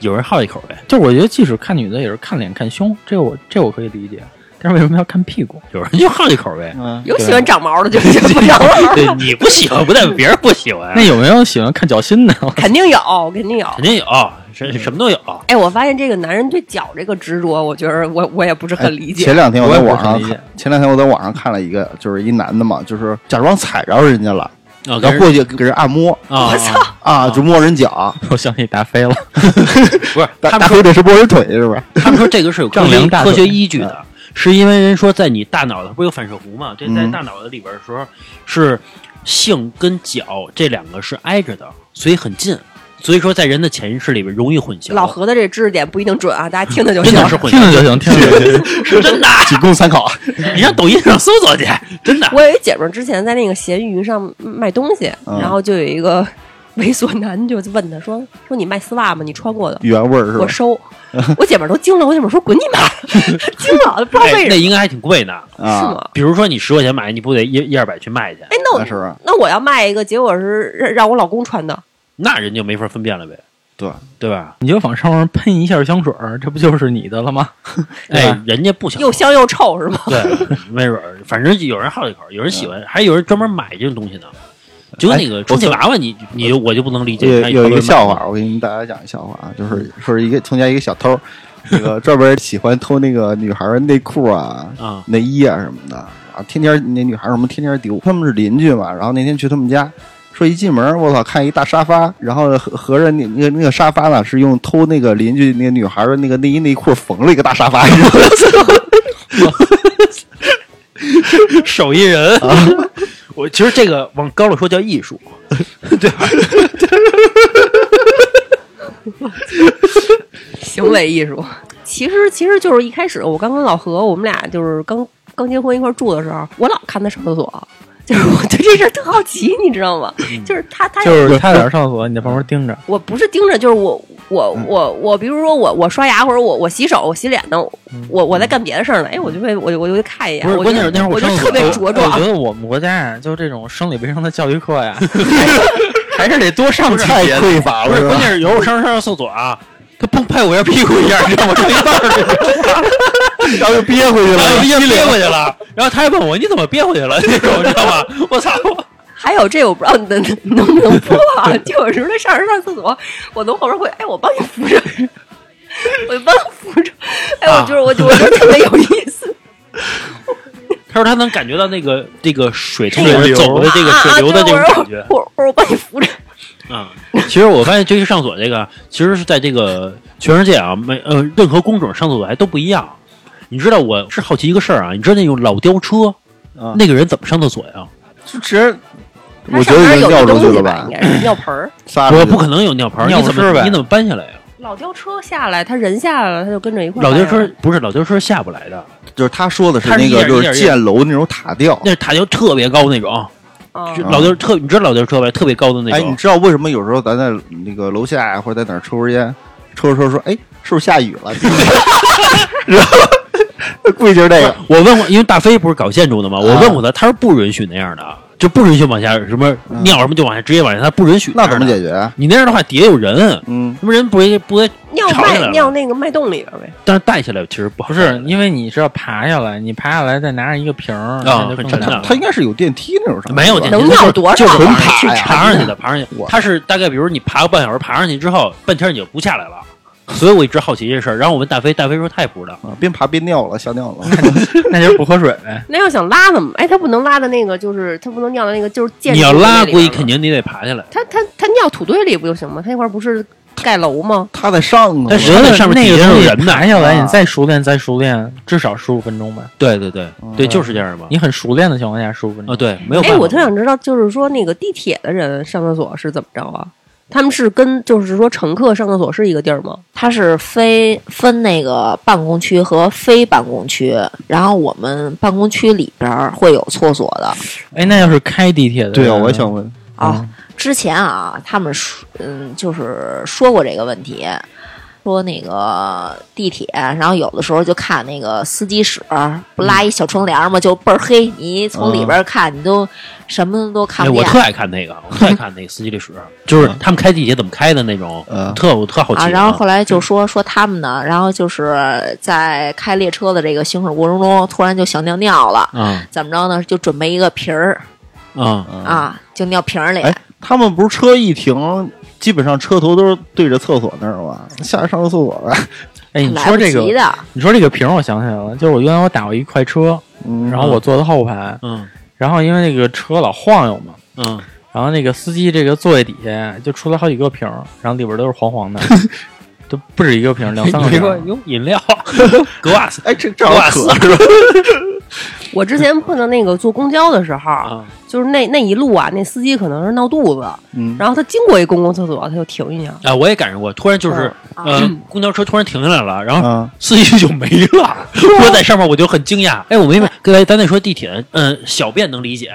有人好这口呗，
就是我觉得即使看女的也是看脸看胸，这个我这我可以理解，但是为什么要看屁股？
有人就好这口呗。
嗯，
有喜欢长毛的就就不
[LAUGHS]
长了， [LAUGHS]
对，你不喜欢不代表别人不喜欢
那，有没有喜欢看脚心的？ [LAUGHS]
肯定有，肯定有。
肯定有，什什么都有。
哎，我发现这个男人对脚这个执着，我觉得我我也不是很理解。
哎前两天我在
我也不
网上
是很理
看
解，
前两天我在网上看了一个，就是一男的嘛，就是假装踩着人家了，
啊，
然后过去给人按摩
啊，
啊，就摸人脚。
我想起达菲了，
不是
大
他
大
们
黑
说
这是摸人腿是吧？
他们说这个是有科
丈
学
量大
科
腿
学依据的，是因为人说在你大脑的不是有反射弧嘛？这在
嗯
大脑的里边的时候是性跟脚这两个是挨着的，所以很近，所以说在人的潜意识里边容易混淆。
老何的这知识点不一定准啊，大家听听就
真 [LAUGHS]
行。
的是混
听着
淆，
就行，听着就行。
是 [LAUGHS] 真的。
[LAUGHS]
仅供参考。
你上抖音上搜索去，真的。
我有一姐们儿之前在那个闲鱼上卖东西，
嗯
然后就有一个 [LAUGHS] 猥琐男就问她说：“说你卖丝袜吗？你穿过的？”
原味儿是吧
我？收，我姐们儿都惊了，我姐们儿说：“滚你妈！” [LAUGHS] 惊了，不知道
哎
为什
那
么，
应该还挺贵呢。
是
啊，
吗？
比如说你十块钱买，你不得一一二百去卖去？
哎，那我
那是吧
那我要卖一个，结果是让让我老公穿的，
那人就没法分辨了呗，
对，
对吧？
[LAUGHS] 你就往上面喷一下香水儿，这不就是你的了吗？对
哎
吧，
人家不想
又香又臭是吗？
对，没准儿，反正有人好这口儿，有人喜欢，还有人专门买这种东西呢。就跟那个充气娃娃，你你我就不能理解。
哎有
他
有一个笑
好
话，我给你们大家讲一笑话啊，就是说是一个从前一个小偷，那个专门喜欢偷那个女孩儿内裤啊、
多人买啊，
内衣啊什么的，然后天天那女孩儿什么天天丢。他们是邻居嘛，然后那天去他们家，说一进门我操看一大沙发，然后合合着那那个那个沙发呢是用偷那个邻居那个女孩儿的那个内衣内裤缝了一个大沙发， [LAUGHS] 你知道吗
手艺人。
啊
[LAUGHS] 我其实这个往高了说叫艺
[LAUGHS]
术，
行为艺术。其实其实就是一开始我刚跟老何，我们俩就是刚刚结婚一块儿住的时候，我老看他上厕所，就是我对这事儿特好奇，你知道吗？
嗯
就是他他
就是他在那儿上厕所，你在旁边盯着。
我不是盯着，就是我我我我，比如说我我刷牙或者我我洗手我洗脸呢，我我在干别的事儿呢，哎，我就会我就我就会看一眼，
不是
我就
关键是那会儿
我就
上厕
特
所哎
别茁壮
哎我觉，得我们国家呀，就这种生理卫生的教育课呀，还是得多上几
太
节。
匮乏
不
了，
是
吧 [LAUGHS]
关键 [LAUGHS] 是有时候上上厕所啊，他崩拍我一下屁股一下，让我上一半儿去了，
然后又憋回去
然后
了
一。下憋回去了，
[LAUGHS]
然后他还问我你怎么憋回去了 [LAUGHS] 那种，知道吗？我操！
还有这我不知道能能不能播啊？ [LAUGHS] 就有时候上着上厕所，我从后边会，哎，我帮你扶着，我就帮他扶着，哎，我
啊
觉得我就我觉得特别有意思，
他说他能感觉到那个这个水从里
水
边
流
走 [LAUGHS] 的这个水流的这种感觉
啊。对我说我我我帮你扶着，
啊，其实我发现这个上锁这个，其实是在这个全世界啊，每呃任何工种上厕所还都不一样。你知道我是好奇一个事儿啊，你知道那种老吊车，
啊
那个人怎么上厕所呀？
就直接，
他
我觉
上
得人
边有
尿
一
出
东
去
西
了
吧，
吧
应，该是尿盆儿。
撒
我
出去
不可能有尿盆儿，
尿
你怎
不湿
么
呗
你怎么搬下来呀？
老吊车下来，他人下来了，他就跟着一块儿
老吊
下来
车
了
不是老吊车下不
哦
来的，
就是他说的是
他是
那
一点
个
儿
就
一点
是
儿
建楼那种塔吊。
那塔吊特别高那种，
啊
就老吊特你知道老吊车呗，特别高的那
哎，你
种。
知道为什么有时候咱在那个楼下呀，或者在哪儿抽根烟，抽着抽着说，哎，是不是下雨了？ [LAUGHS] 然后估计就是这个，
我问过，因为大飞不是搞建筑的嘛，我
啊
问过他，他说不允许那样的，就不允许往下什么尿什么就往下直接往下，他不允许。
嗯那怎么解？决啊？
你那样的话底下有人，
嗯，
什么人不会不会
尿
吵起来
脉
了
尿那个脉动里边呗。
但是带起来其实不好
不是，因为你是要爬下来，你爬下来再拿上一个瓶儿，
啊
那就更
很沉
难
的
了
他应该是有电梯那种什么，
没有
是
电
吧
梯，
能尿多少
就是
纯
爬
爬呀
爬上去的，爬 [LAUGHS] 上去
我。
他是大概比如你爬个半小时，爬上去之后，半天你就不下来了。所以我一直好奇这事儿，然后我问大飞，大飞说他也不知道。
啊边爬边尿了，吓尿了。
[LAUGHS]
[LAUGHS]
那就是不喝水
[LAUGHS]
呗。
那要想拉怎么？哎，他不能拉的那个，就是他不能尿到那个，就是建
你
筑
要拉，
那里边
估计
吗
肯定你得爬下来。
他他他尿土堆里不就行吗？他那块儿不是盖楼吗？
他在上头呢，
但是人在上面
那
底
个
下
东
有
西
人呢
爬下来，
啊
你再熟练再熟练，至少十五分钟吧。
对对对
嗯
对，就是这样嘛。
你很熟练的情况下，十五分
啊，
钟。
对，没有办
哎，
法。
我特想知道，就是说那个地铁的人上厕所是怎么着啊？他们是跟就是说乘客上厕所是一个地儿吗？
它是非分那个办公区和非办公区，然后我们办公区里边儿会有厕所的
哎，那要是开地铁的，
对啊，我也想问，
嗯啊。之前啊，他们说，嗯，就是说过这个问题，说那个地铁，然后有的时候就看那个司机室，不拉一小窗帘嘛，就倍儿黑，你一从里边看，你都什么都看
哎，
不
我
见。啊
特爱看那个，我特爱看那个司机历史，就是他们开地铁怎么开的那种，
嗯
特我特好奇
啊，
啊。
然后后来就说说他们呢，然后就是在开列车的这个行驶过程中，突然就想尿尿了，
啊
怎么着呢？就准备一个瓶儿
啊，
嗯
啊，就尿瓶儿里。
哎他们不是车一停，基本上车头都是对着厕所那儿吗？下来上个厕所呗。
哎，你
来
说
不
这个
及，的，
你说这个瓶儿，我想起来了，就是我原来我打过一快车，
嗯，
然后我坐的后排，
嗯
然后因为那个车老晃悠嘛，
嗯，
然后那个司机这个座位底下就出来好几个瓶儿，然后里边都是黄
[LAUGHS]
黄的，都不止一个瓶儿，两三个
你
瓶
说
儿。
有饮 [LAUGHS] 料，啊格 [LAUGHS] 瓦斯
哎，这正好渴是吧？
我之前碰到那个坐公交的时候，
啊，
就是那那一路啊，那司机可能是闹肚子，
嗯，
然后他经过一公共厕所，他就停一下。
哎，我也赶上过，突然就是
嗯
呃，公交车突然停下来了，然后
嗯
司机就没了，我在上面我就很惊讶，哎，我没跟咱咱那说地铁，嗯，小便能理解。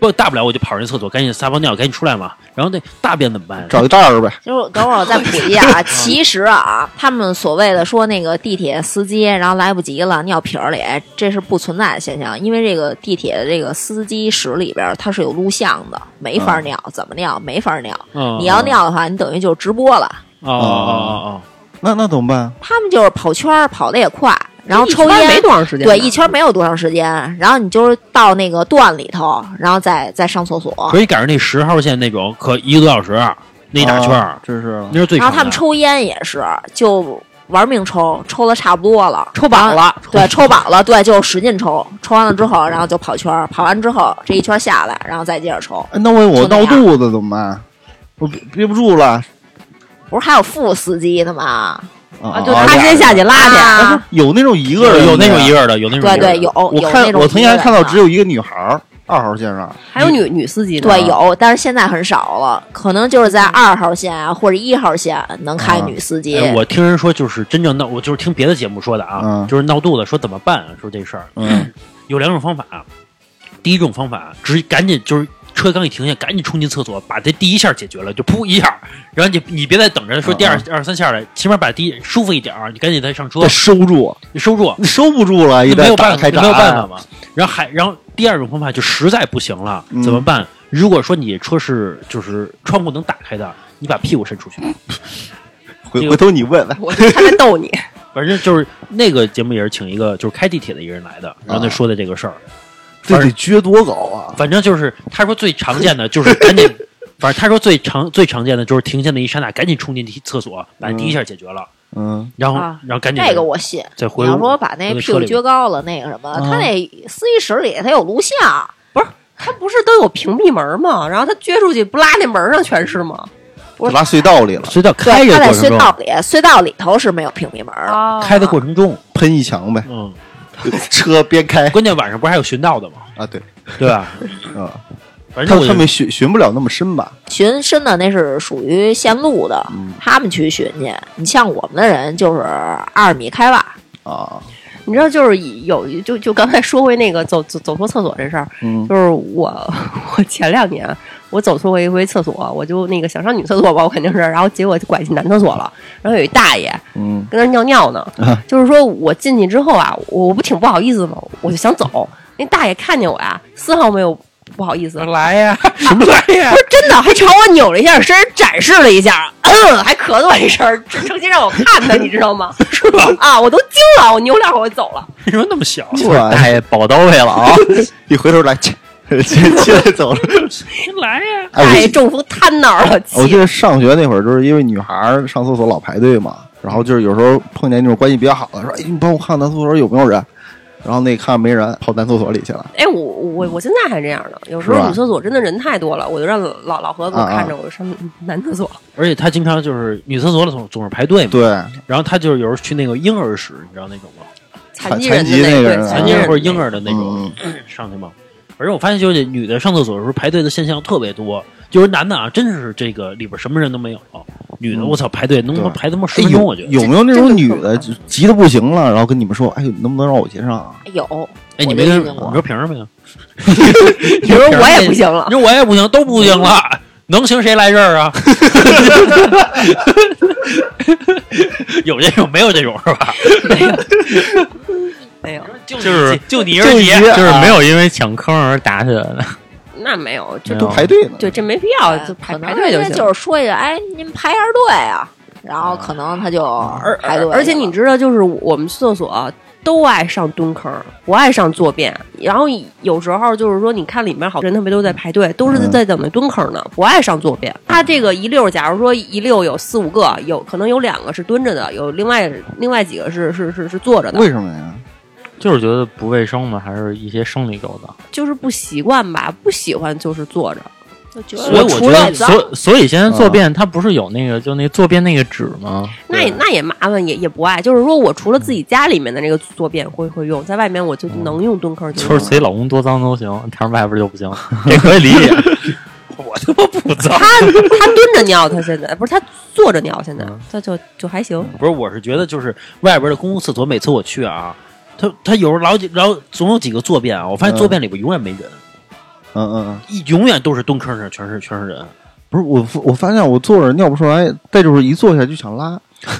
不，大不了我就跑人厕所，赶紧撒泡尿，赶紧出来嘛。然后那大便怎么办？
找一袋儿呗。
就是等会儿我再补一下
[LAUGHS]
啊。其实啊，他们所谓的说那个地铁司机，然后来不及了尿瓶儿里，这是不存在的现象，因为这个地铁的这个司机室里边儿它是有录像的，没
嗯
法尿，怎么尿没法尿。
嗯
你要尿的话，你等于就直播了。
哦哦
那那怎么办？啊
他们就是跑圈儿，跑的也快，然后抽
一圈
烟
没多长时间吧，
对，一圈没有多长时间，然后你就是到那个段里头，然后再再上厕所。
哦哦，可以赶上那十号线那种，可一个多小时那一大圈儿
啊，这是
那是最
然
长
后
的。
他们抽烟也是，就玩命抽，抽的差不多了，
抽饱了
然后对，抽饱了，对，就使劲抽，抽完了之后，然后就跑圈儿，跑完之后这一圈儿下来，然后再接着抽。
哎那我我
就那
闹
样
肚子怎么办？我憋憋不住了
不是还有副司机的吗？
啊，
啊！
哦
就
啊
他先下去拉去， [LAUGHS]
啊，
有那种一个人的呀
有那种一个的，有那种
对
一个人
对
的
有，
我
有那
看
种
我曾经还看到只
有
有一个女孩儿，二号线上
还有女女司机呢
对有，但是现在很少了，可能就是在二号线啊或者一号线能开
啊
女司机。
哎，我听人说，就是真正闹，我就是听别的节目说的啊，
嗯
就是闹肚子，说怎么办、啊说这事儿，
嗯，
有两种方法。啊第一种方法，啊直赶紧就是车刚一停下，赶紧冲进厕所，把这第一下解决了，就噗一下，然后你你别再等着说第
嗯
二、二三下了，起码把第一舒服一点儿，啊你赶紧再上车
再，收住，
你收住，
你收不住了，一旦
嗯没有
打
办
开
法，没有
闸
办法嘛。然后还然后第二种方法就实在不行了，
嗯
怎么办？如果说你车是就是窗户能打开的，你把屁股伸出去，
回
这个
回头你问哎问，
我就他在逗 [LAUGHS] 你，
反正就是那个节目也是请一个就是开地铁的一个人来的，然
啊
后他说的这个事儿。
这得撅多高啊！
反正就是他说最常见的就是赶紧，
[LAUGHS]
反正他说最常最常见的就是停下那一刹那，赶紧冲进厕所，把第一下解决了，
嗯，
然后
啊
然后赶紧
这个我信，
再
你
回屋。
要说把那
回
屁
车
股
里啊
撅高了，那个什么，他那司机室里他有录像，
他不是都有屏蔽门吗？然后他撅出去不拉那门上全是吗？
就拉隧道里了，
隧道开
对，
的
他在
过程
隧
中，
道里，隧道里头是没有屏蔽门儿的。
啊
哦
开的过程中，
喷一
[LAUGHS]
墙呗，
嗯，
车边开
关键晚上不是还有巡道的吗？
啊，对，
对
[LAUGHS]
吧？
嗯，
反
他
正我
他
就
们寻寻不了那么深吧？
巡深的那是属于线路的，
嗯
他们去巡去。你像我们的人就是二米开外，
啊，
你知道，就是以有就就刚才说回那个走走走错厕所这事儿，
嗯
就是我 [LAUGHS] 我前两年我走错过一回厕所，我就那个想上女厕所吧，我肯定是，然后结果就拐进男厕所了，然后有一大爷
嗯
跟那儿尿尿呢，
啊
就是说我进去之后啊，我我不挺不好意思吗？我就想走，那大爷看见我呀、丝毫没有不好意思，
来呀，什么来呀
不？是真的，还朝我扭了一下身，展示了一下，嗯，还咳嗽我一声，只诚心让我看他，你知
[LAUGHS]
道吗？是吧？啊，我都惊了，我扭两回我走了。
为什么那么
[LAUGHS]
小？
对吧
大爷宝刀未啊老，
[LAUGHS] 一回头来，切 [LAUGHS] 切切走了。
[LAUGHS] 来呀！
哎，
大
我
爷
记
中风瘫那儿了，
我记
气
得上学那会儿，就是因为女孩儿上厕所老排队嘛，然后就是有时候碰见那种关系比较好的，说：“哎，你帮我看男厕所有没有人。”然后那看没人，跑男厕所里去了。
哎，我我我现在还这样呢。有时
是
候
吧啊
女厕所真的人太多了，我就让老老何给我看着，我就上嗯男厕所。
而且他经常就是女厕所总总是排队嘛，
对，
然后他就是有时候去那个婴儿室，你知道那种吗？
残疾
残
人的
疾那个
对
人啊
残疾
残疾
人
人
或者
[LAUGHS]
婴儿的那种
嗯，
上去嘛。反正我发现，就是女的上厕所的时候排队的现象特别多，就是男的啊，真是这个里边什么人都没有，女的
嗯
我操排队能他妈
对
排他妈十
哎
分钟，
有
我觉得。
有没有那种
真的
女
特
的
别
就急的不行了，然后跟你们说：“哎，能不能让我先上啊
有。
哎，你
我
没
就
跟
遇
你
见过
说凭什么呀？
你说我也不行了
嗯
[LAUGHS]
你，说我也不行，都不行了，能行谁来这儿啊？有这种没有这种是吧？
没有，
就
就是
你就你啊
就是你
姐，
就是
[LAUGHS]
没有因为抢坑而打起来的。
那没有，就
没
都
有
排队呢。
就这没必要，啊就排
呃可
排
能
队就
人家
行。
就是说一个，哎，你们排下队啊，然后可能他就
而
排
而
队。
而且你知道，就是我们厕所都爱上蹲坑，不爱上坐便。然后有时候就是说，你看里面好人他们都在排队，都是
嗯
在等着蹲坑呢，不爱上坐便。他这个一溜，假如说一溜有四五个，有可能有两个是蹲着的，有另外另外几个是是是是坐着的，
为什么呀？
[LAUGHS] 就是觉得不卫生嘛，还是一些生理构造。
就是不习惯吧，不喜欢就是坐着。
就觉
所以我
除
觉得
了脏
所所以现在
嗯
坐便，它不是有那个就那坐便那个纸吗？
那也那也麻烦，也也不爱。就是说我除了自己家里面的那个坐便会会用，在外面我就能用蹲坑，
就是
用
随老公多脏都行，但是外边就不行，这可以理解。我他妈不脏
[LAUGHS]
他，他蹲着尿，他现在哎不是他坐着尿，现在
嗯
他就就还行。
不是，我是觉得就是外边的公共厕所，每次我去啊，他他有时候老几老总有几个坐便啊，我
嗯
发现坐便里边永远没人，
嗯嗯嗯，
一永远都是蹲坑上全是全是人。
不是我我发现我坐着尿不出来，再就是一坐下就想拉。
嗯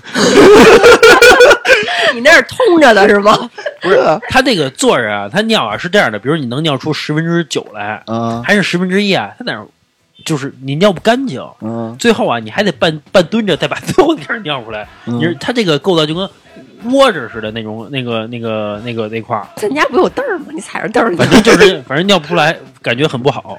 你那是通着的是吗？
不是啊，
他那个坐着啊，他尿啊是这样的，比如你能尿出十分之九来，
嗯
还是十分之一啊，他哪儿就是你尿不干净，
嗯
最后啊你还得半半蹲着再把最后那儿尿出来。你说
嗯，
他这个构造就跟窝着似的那种，那个那个那个那块儿，
咱家不有凳儿吗？你踩着凳儿
反正就是，反正尿不出来，感觉很不好，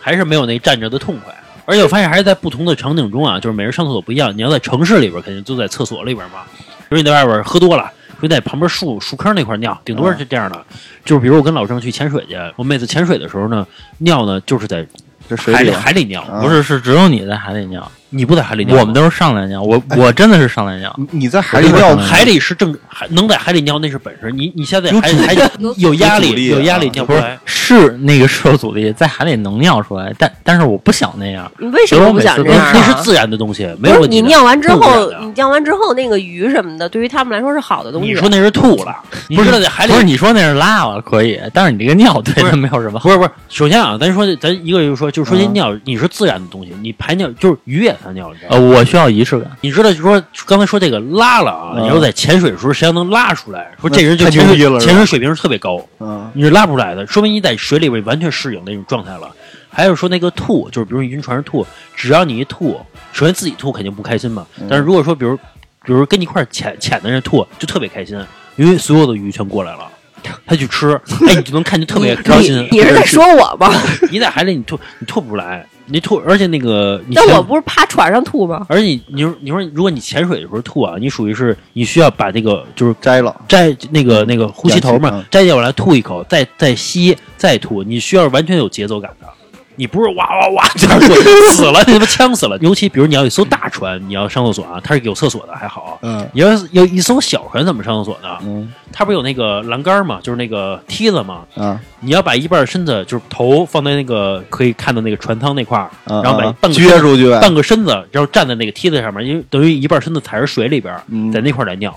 还是没有那站着的痛快。而且我发现还是在不同的场景中啊，就是每人上厕所不一样。你要在城市里边，肯定就在厕所里边嘛。比如你在外边喝多了，会在旁边树树坑那块尿，顶多是这样的。就是比如我跟老郑去潜水去，我每次潜水的时候呢，尿呢就是在
这水
海
里
里海里尿，
啊
不是是只有你在海里尿，
你不在嗯海里尿吗。
我们都是上来尿。我我真的是上来尿，
你你在海里尿
嗯
海里是正还能在海里尿那是本事，你你现在
有
海
阻
海里有压
有
力
阻力
有压
啊
力尿不
不
出
是
来，
是那个是有阻力，在海里能尿出来，但但是我不想那样。
你为什么不想这
那
样、啊？
那是自然的东西，没有
不是
问题
你
的。
尿完之
不是
后
这，样的
你尿完之后那个鱼什么的，对于他们来说是好的东西。
你说那是吐
[LAUGHS]
了，你
不
知
是
道在海里
不是你说那是拉了可以，但是你这个尿对
不是
它没有什么好。
不是不是，首先啊，咱说咱一个就是说，就是说这
嗯
尿你是自然的东西，你排尿就是鱼也排尿，你知道吗
哦
呃，我需要仪式感。
你知道就说刚才说这个拉了啊，
嗯
你说在潜水的时候谁要能拉出来，说
那
这人就
太
潜
牛
水
逼了是吧
潜水水平是特别高，
嗯
你是拉不出来的，说明你在水里边完全适应那种状态了。还有说那个吐，就是比如你晕船上吐，只要你一吐，首先自己吐肯定不开心嘛，
嗯
但是如果说比如比如跟你一块儿潜潜的人吐，就特别开心，因为所有的鱼全过来了。他去吃，哎，你就能看见特别开心。
你是在哎说我吗？
你在海里你吐你吐不出来，你吐，而且那个你
但
潜
我，不是趴船上吐吗？
而且你你说你说如果你潜水的时候吐啊，你属于是你需要把那个就是
摘了，
摘那个那个呼吸头嘛
嗯，
摘掉来吐一口，再再吸再吐，你需要完全有节奏感的。你不是哇哇哇
[LAUGHS]
这样吐，死了你他妈呛死了。尤其比如你要有一艘大船，你要上厕所啊，它是有厕所的还好。啊
嗯
你要是有一艘小船怎么上厕所呢？
嗯
它不是有那个栏杆嘛，就是那个梯子嘛，
啊，
你要把一半身子，就是头放在那个可以看到那个船舱那块儿，
嗯
然后把
嗯
半个
撅出去呗，
半个身子，然后站在那个梯子上面，因为等于一半身子踩着水里边儿，
嗯
在那块儿来尿。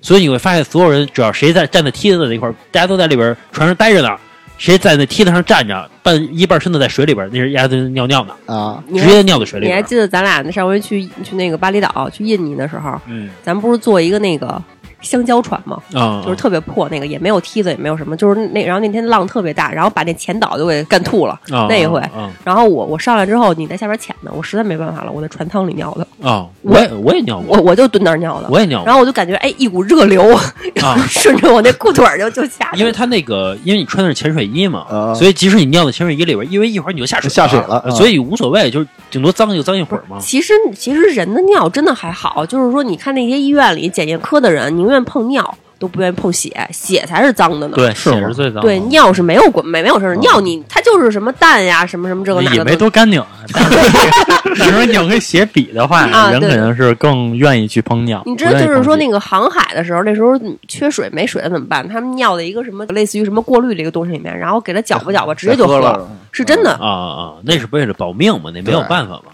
所以你会发现，所有人只要谁在站在梯子那块儿，大家都在里边儿船上待着呢，谁在那梯子上站着，半一半身子在水里边儿，那是丫的尿尿呢，
啊，
你
直
还
接尿在水里
你
边
还
儿。
记得咱俩那上回去去那个巴厘岛去印尼的时候，
嗯
咱不是坐一个那个香蕉船吗？
啊，
就是特别破那个，也没有梯子，也没有什么，就是那然后那天浪特别大，然后把那前导就给干吐了。
啊
那一回
啊
然后我我上来之后，你在下边潜呢，我实在没办法了，我在船舱里尿的，
啊，我也我也尿过，
我我就蹲那儿尿的，
我也尿
然
过
后我就感觉哎一股热流，
啊
[LAUGHS] 顺着我那裤腿儿就就下去了，
因为他那个，因为你穿的是潜水衣嘛，
啊
所以即使你尿在潜水衣里边，因为一会儿你就下水
下水了啊
所以无所谓，就是顶多脏就脏一会儿嘛。
其实其实人的尿真的还好，就是说你看那些医院里检验科的人，宁愿碰尿都不愿意碰血，血才是脏的呢。
对，
是
血
吗
呃是最脏的。
对尿是没有滚没没有事儿，
嗯
尿你它就是什么氮呀，什么什么这个那
也
个
没
的。
多干
[LAUGHS]
净啊。但是你说你要跟血比的话，
啊
人
对
肯定是更愿意去碰尿。
你知道，就是说那
个
个航海的时候，那时候缺水没水了怎么办？他们尿的一个什么类似于什么过滤的一个东西里面，然后给它搅和搅和，直接就
喝嗯
喝了，，是真的。
啊啊，那是为了保命嘛，那没有
对
办法嘛。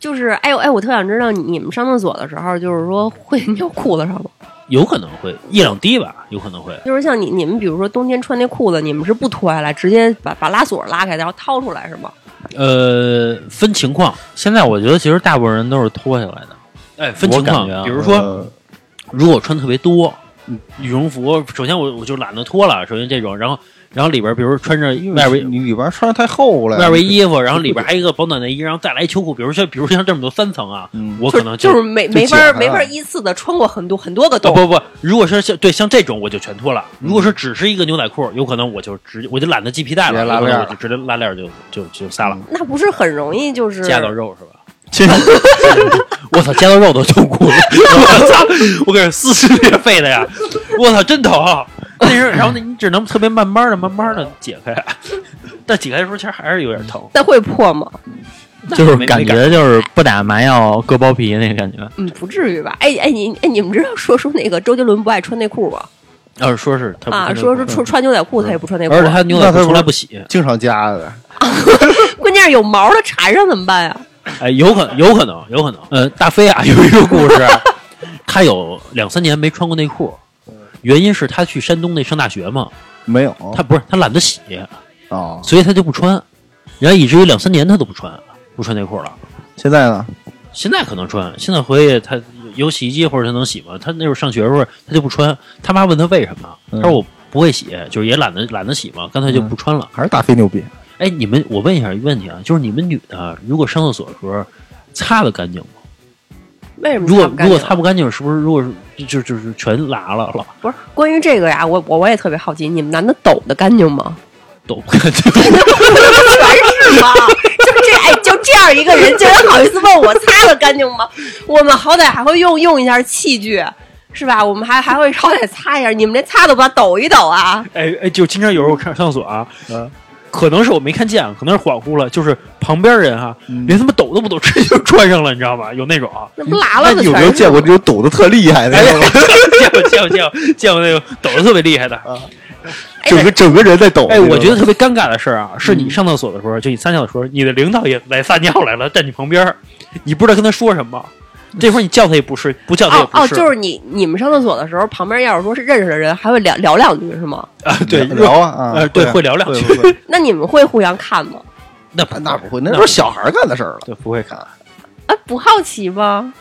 就是哎呦哎，我特想知道你们上厕所的时候，就是说会 [LAUGHS] 尿裤子上吗？
有可能会一两滴吧，有可能会。
就是像你你们比如说冬天穿那裤子，你们是不脱下来，直接把把拉锁拉开，然后掏出来是吗？
呃，分情况，
现在我觉得其实大部分人都是脱下来 [LAUGHS] 的，
哎，分情
我感
况
觉啊，
比如说，
呃
如果穿特别多，嗯羽绒服，首先我我就懒得脱了，首先这种，然后然后里边比如穿着外围
你里边穿的太厚了呀，
外围衣服，然后里边还有一个保暖内衣，然后再来秋裤，比如像比如像这么多三层啊，
嗯
我
就
可
是
能
就是没没
解开了
法没法依次的穿过很多很多个
哦不
洞，
不不，如果是像对像这种我就全脱了，如果是只是一个牛仔裤，有可能我就直我就懒得系皮带了，
直接
有
拉
可能
链
我就直接拉链儿就就就撒了，
那不是很容易就是
夹到肉是吧？
这
我操，夹到肉都痛苦了！ [LAUGHS]
[LAUGHS]
我操，我跟你说，撕心裂肺的呀！我操，真疼。那是，然后呢，你只能特别慢慢的、慢慢的解开，但解开的时候其实还是有点疼。
那会破吗？
就是
没
感
没
觉就是不打麻药割包皮那感觉。
嗯，不至于吧？哎哎，你哎，你们知道说说那个周杰伦不爱穿内裤吗？
要是说是他
啊，说是穿穿牛仔裤他也不穿内
嗯
裤，
而且他牛仔
那他
裤
不
从来不洗，
经常夹的，
关键是有毛的缠上怎么办呀？
哎，有可有可能，有可能。呃，大飞啊，有一个故事，他有两三年没穿过内裤，
嗯
原因是他去山东那上大学嘛，
没有
他不是他懒得洗，
啊。
所以他就不穿，然后以至于两三年他都不穿不穿内裤了。
现在呢，
现在可能穿，现在回去他有洗衣机或者他能洗吗？他那会儿上学的时候他就不穿，他妈问他为什么，他
嗯
说我不会洗，就是也懒得懒得洗嘛，干脆就不穿了。
还是大飞牛逼。
哎，你们我问一下一个问题啊，就是你们女的如果上厕所的时候擦的干净吗？
为什么
如果
不干
如
净
果擦不干净，是不是如果是就就是全拉了了，
不是关于这个呀，我我我也特别好奇，你们男的抖的干净吗？
都 [LAUGHS] 不干净？
全是吗？ [LAUGHS] 就这哎，就这样一个人，竟然好意思问我擦的干净吗？我们好歹还会用用一下器具，是吧？我们还还会好歹擦一下，你们连擦都不知道抖一抖啊？
哎哎，就经常有时候我看上厕所啊，
嗯
可能是我没看见，啊可能是恍惚了，就是旁边人哈、
嗯
连他妈抖都不抖，直接就穿上了，你知道吗？有那种啊。
那不拉
那
了的
你有没
全是
有见过这种抖的特厉害的
哎？，见过见过见过见过那个抖的特别厉害的。
哎
整个整哦个嗯人在抖。
哎，我觉
[LAUGHS]
得特别尴尬的事儿啊，是你上厕所的时候，就你撒尿的时候，你的领导也来撒尿来了，站你旁边儿，你不知道跟他说什么。这会儿你叫他也不是，不叫他也
哦
不
哦，
是。
就是你你们上厕所的时候，旁边要是说是认识的人，还会聊聊两句是吗？
啊，对，
聊啊啊，
呃，对，会聊两
会
句。
会
[LAUGHS]
会
那你们会互相看吗？
那不
那不会，那都是小孩干的事儿了。
对不会看，
哎，不好奇吗？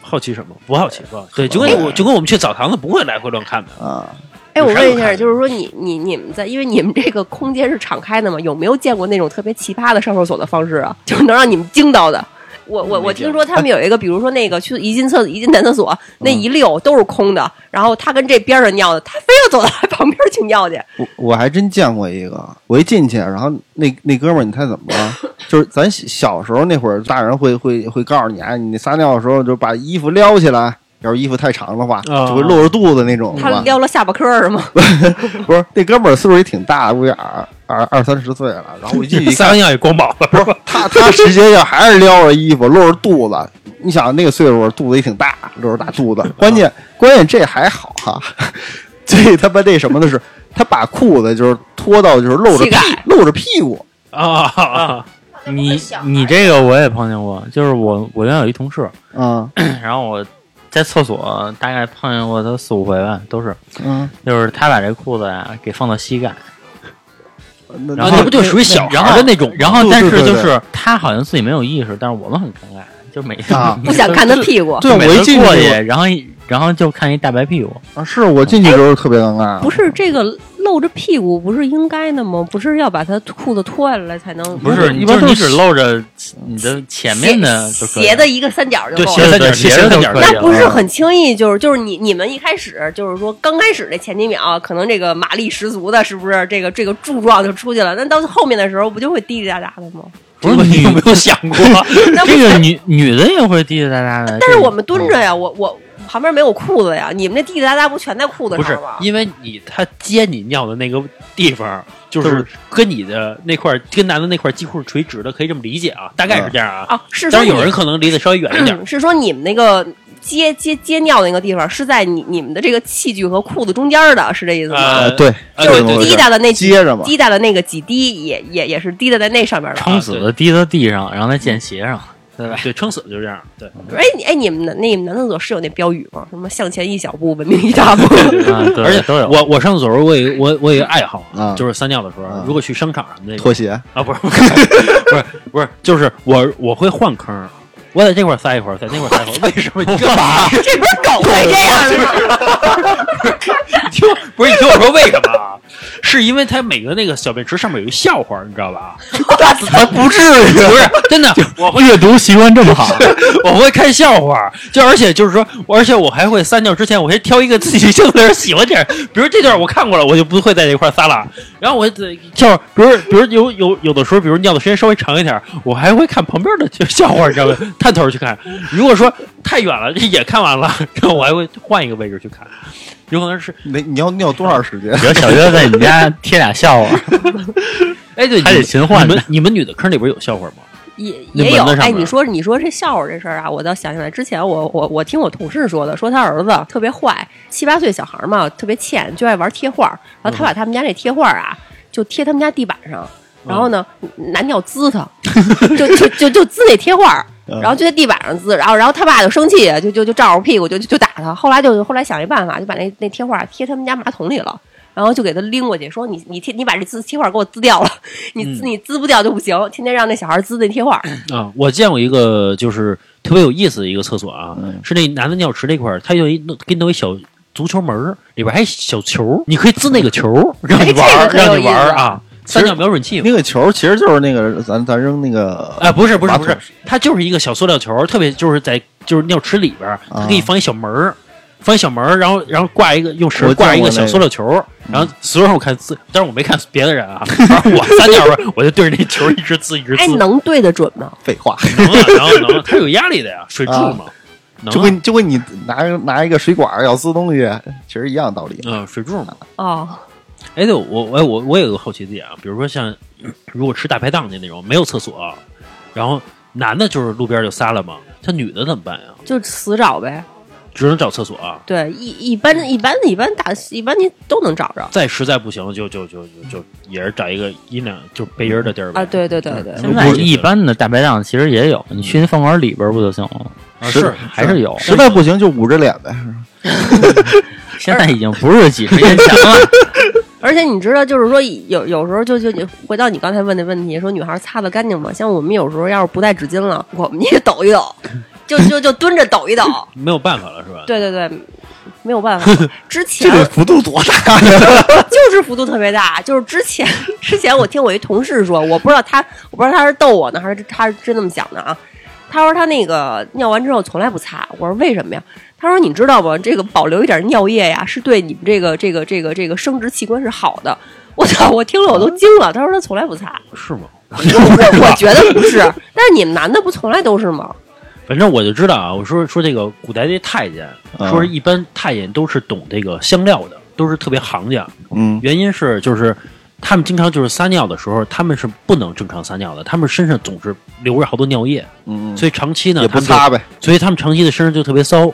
好奇什么？不好奇吧？对，就跟我就跟我们去澡堂子不会来回乱看的。
啊，
哎，
有
我
啥
问一
可
下，
看
就是说你你你们在，因为你们这个空间是敞开的嘛，有没有见过那种特别奇葩的上厕所的方式啊？就是能让你们惊到的。我我我
没见
听说他们有一个，比如说那个去一进厕所一进男厕所，那一溜都是空的，然后他跟这边儿的尿的，他非要走到他旁边儿去尿去。
我我还真见过一个，我一进去，然后那那哥们儿，你猜怎么
[LAUGHS]
了？就是咱小小时候那会儿，大人会会会告诉你，哎，你撒尿的时候就把衣服撩起来，要是衣服太长的话，
啊
就会露着肚子那种。
他
是吧
撩了下巴颏儿是吗？
不是那哥们儿岁数也挺大，估计二二二三十岁了。然后我一进去一看，
撒完尿也光膀了，是吧？
他他直接要还是撩着衣服，露着肚子。你想那个岁数，肚子也挺大，露着大肚子。关键
嗯
关键这还好哈，最他妈那什么的是，他把裤子就是脱到就是露着
膝
屁
盖
露着屁股。
啊啊啊！
你你这个我也碰见过，就是我我原来有一同事， [CLEARS THROAT]
嗯
然后我在厕所大概碰见过他四五回吧，都是
嗯，
就是他把这裤子呀给放到膝 [LAUGHS] 盖，
嗯那
然
啊
后
那不就属于小孩
然
儿
后
的那种
然后但是
对对
就
对
是他好像自己没有意识，但是我们很尴尬，就每次 [LAUGHS]
啊
不想看他屁股。
对
每
我一
次
进
过去
去，
然后一然后就看一大白屁股，
啊是我进去的时候特别尴尬，
不是这个露着屁股不是应该的吗？不是要把他裤子脱下来才能
不
是
是，
一
你
般
就是
都
你
是
只露着你的前面的就可以啊
斜的一个三角就
就
够
斜
了。
三角斜
斜着
三
就
角
可以
那
了
不
啊
是很轻易，就是就是你你们一开始就是说刚开始这前几秒，可能这个马力十足的，是不是这个这个柱状就出去了？那到后面的时候不就会滴滴答答的吗？
不是你有没有想过？
那不
这个女女的也会滴滴答答的，
但是
这个
我们蹲着
嗯
呀，我我旁边没有裤子呀，你们那滴滴答答不全在裤子
不
上
是
吗？
因为你他接你尿的那个地方，就
就是是
跟你的那块儿跟男的那块儿几乎是垂直的，可以这么理解啊，大概是这样啊。
啊，是
当然
说你 [CLEARS THROAT] 嗯
有人可能离得稍微远一点，
是说你们那个接接接尿的那个地方是在你你们的这个器具和裤子中间的，是这意思吗？
啊，对，
呃
就是
这么回事
滴答的那几
接着嘛，
滴答的那个几滴也也也是滴答在那上面的。啊
啊撑死的滴到地上，然后再溅鞋上，对吧？
对，撑死了就这样。对，
哎，你哎，你们男那你们男厕所是有那标语吗？什么向前一小步，文明一
[LAUGHS]
大步。
啊， [LAUGHS] 对
而且
都有。
我我上厕所时候我有一我我有一个爱好
啊
就是撒尿的时候
啊，
如果去商场什么的
拖鞋，
啊，不是 [LAUGHS] 不是不是不是，就是我我会换坑儿，我在这块儿撒一会儿，在那块儿撒一会儿，为什么？你干嘛？
[LAUGHS] 这不是狗会这样吗？
[LAUGHS] 你听我不是你听我说为什么啊？是因为它每个那个小便池上面有一笑话，你知道
[LAUGHS]
吧？
咱不至于，
[LAUGHS]
不是真的，我会
阅读习惯这么好，
[LAUGHS] 我会看笑话，就而且就是说，我而且我还会撒尿之前，我先挑一个自己性格喜欢这样， [LAUGHS] 比如这段我看过了，我就不会在这块儿撒了。然后我
[LAUGHS]
得就是，比如比如有有有的时候，比如尿的时间稍微长一点，我还会看旁边的就笑话，你知道吗？探头去看。如果说太远了，也看完了， [LAUGHS] 然后我还会换一个位置去看，有可能是
你你要尿多长时间？
[LAUGHS] 比如小月在你家贴俩笑 [LAUGHS] 话，
哎对，
还
你
得
们
勤换
你
着
们你们女的坑里边有笑话吗？
也
那
也
蚊
有
子上
哎，
面
你说你说这笑话这事儿啊，我倒想起来，之前我我我听我同事说的，说他儿子特别坏，七八岁小孩嘛，特别欠，就爱玩贴画儿，
嗯
然后他把他们家那贴画儿啊，就贴他们家地板上，然后呢拿尿滋他，就就就就滋那贴画儿。然后就在地板上滋，然后然后他爸就生气，就就就照着屁股就就就打他。后来就后来想一办法，就把那那贴画儿贴他们家马桶里了，然后就给他拎过去，说你你贴你把这滋贴画儿给我滋掉了，你滋你滋不掉就不行，天天让那小孩滋那贴画儿。
啊，我见过一个就是特别有意思的一个厕所啊，
嗯
是那男的尿池那块儿，它有一弄给你弄一小足球门儿，里边还有小球儿，你可以滋那个球儿，让你玩
哎
儿，
这个可有
让你玩
意
儿
思
啊，三角瞄准器。
那个球其实就是那个咱咱扔那个
哎，不是不是
马
不
桶
是，它就是一个小塑料球儿，特别就是在就是尿池里边儿，它给你
啊
放一小门儿，放一小门儿，然后然后挂一个用绳
我
儿挂
见
一个
过
小
那嗯
塑料球儿，然后所有人我看滋，但是我没看别的人啊，反正
[LAUGHS]
我撒尿的时候我就对着那球儿一直滋一直
哎
滋，，能
能对得准吗？
废话，
啊能啊能啊，它有压力的呀，水柱
啊
嘛，能
就
啊
跟就跟你拿拿一个水管儿要撕东西，其实一样道理。
嗯，水柱嘛。
哦，
哎，对，我我我我有个好奇的点啊，比如说像如果吃大排档的那种没有厕所，啊然后男的就是路边就撒了嘛，他女的怎么办呀？
就死找呗。
只能找厕所啊，
对，一一般一般一般打一般你都能找着
再实在不行就就就就就也是找一个阴凉就背阴儿的地儿呗。
啊。对对对对，
嗯
现在一般的大排档其实也有，你去那饭馆里边不就行了吗？
啊是
还是有。
实在不行就捂着脸呗。
现在已经不是几十年前了，
而且你知道，就是说有有时候就就就回到你刚才问的问题，说女孩擦的干净吗？像我们有时候要是不带纸巾了，我们也抖一抖，就就就蹲着抖一抖。
没有办法了是吧？
对对对，没有办法。之前
幅度多大呀？
就是幅度特别大，就是之前之前我听我一同事说，我不知道他我不知道他是逗我呢，还是他是真那么想的啊。他说他那个尿完之后从来不擦，我说为什么呀？他说你知道吗？这个保留一点尿液呀，是对你们这个这个这个这个生殖器官是好的。我操！我听了我都惊了。他说他从来不擦，
是吗？
我我觉得不是。但是你们男的不从来都是吗？
反正我就知道啊，我说说这个古代这太监，
嗯
说是一般太监都是懂这个香料的，都是特别行家。
嗯，
原因是就是他们经常就是撒尿的时候，他们是不能正常撒尿的，他们身上总是留着好多尿液，
嗯，
所以长期呢
也
他
不
们
擦呗。
就，所以他们长期的身上就特别骚，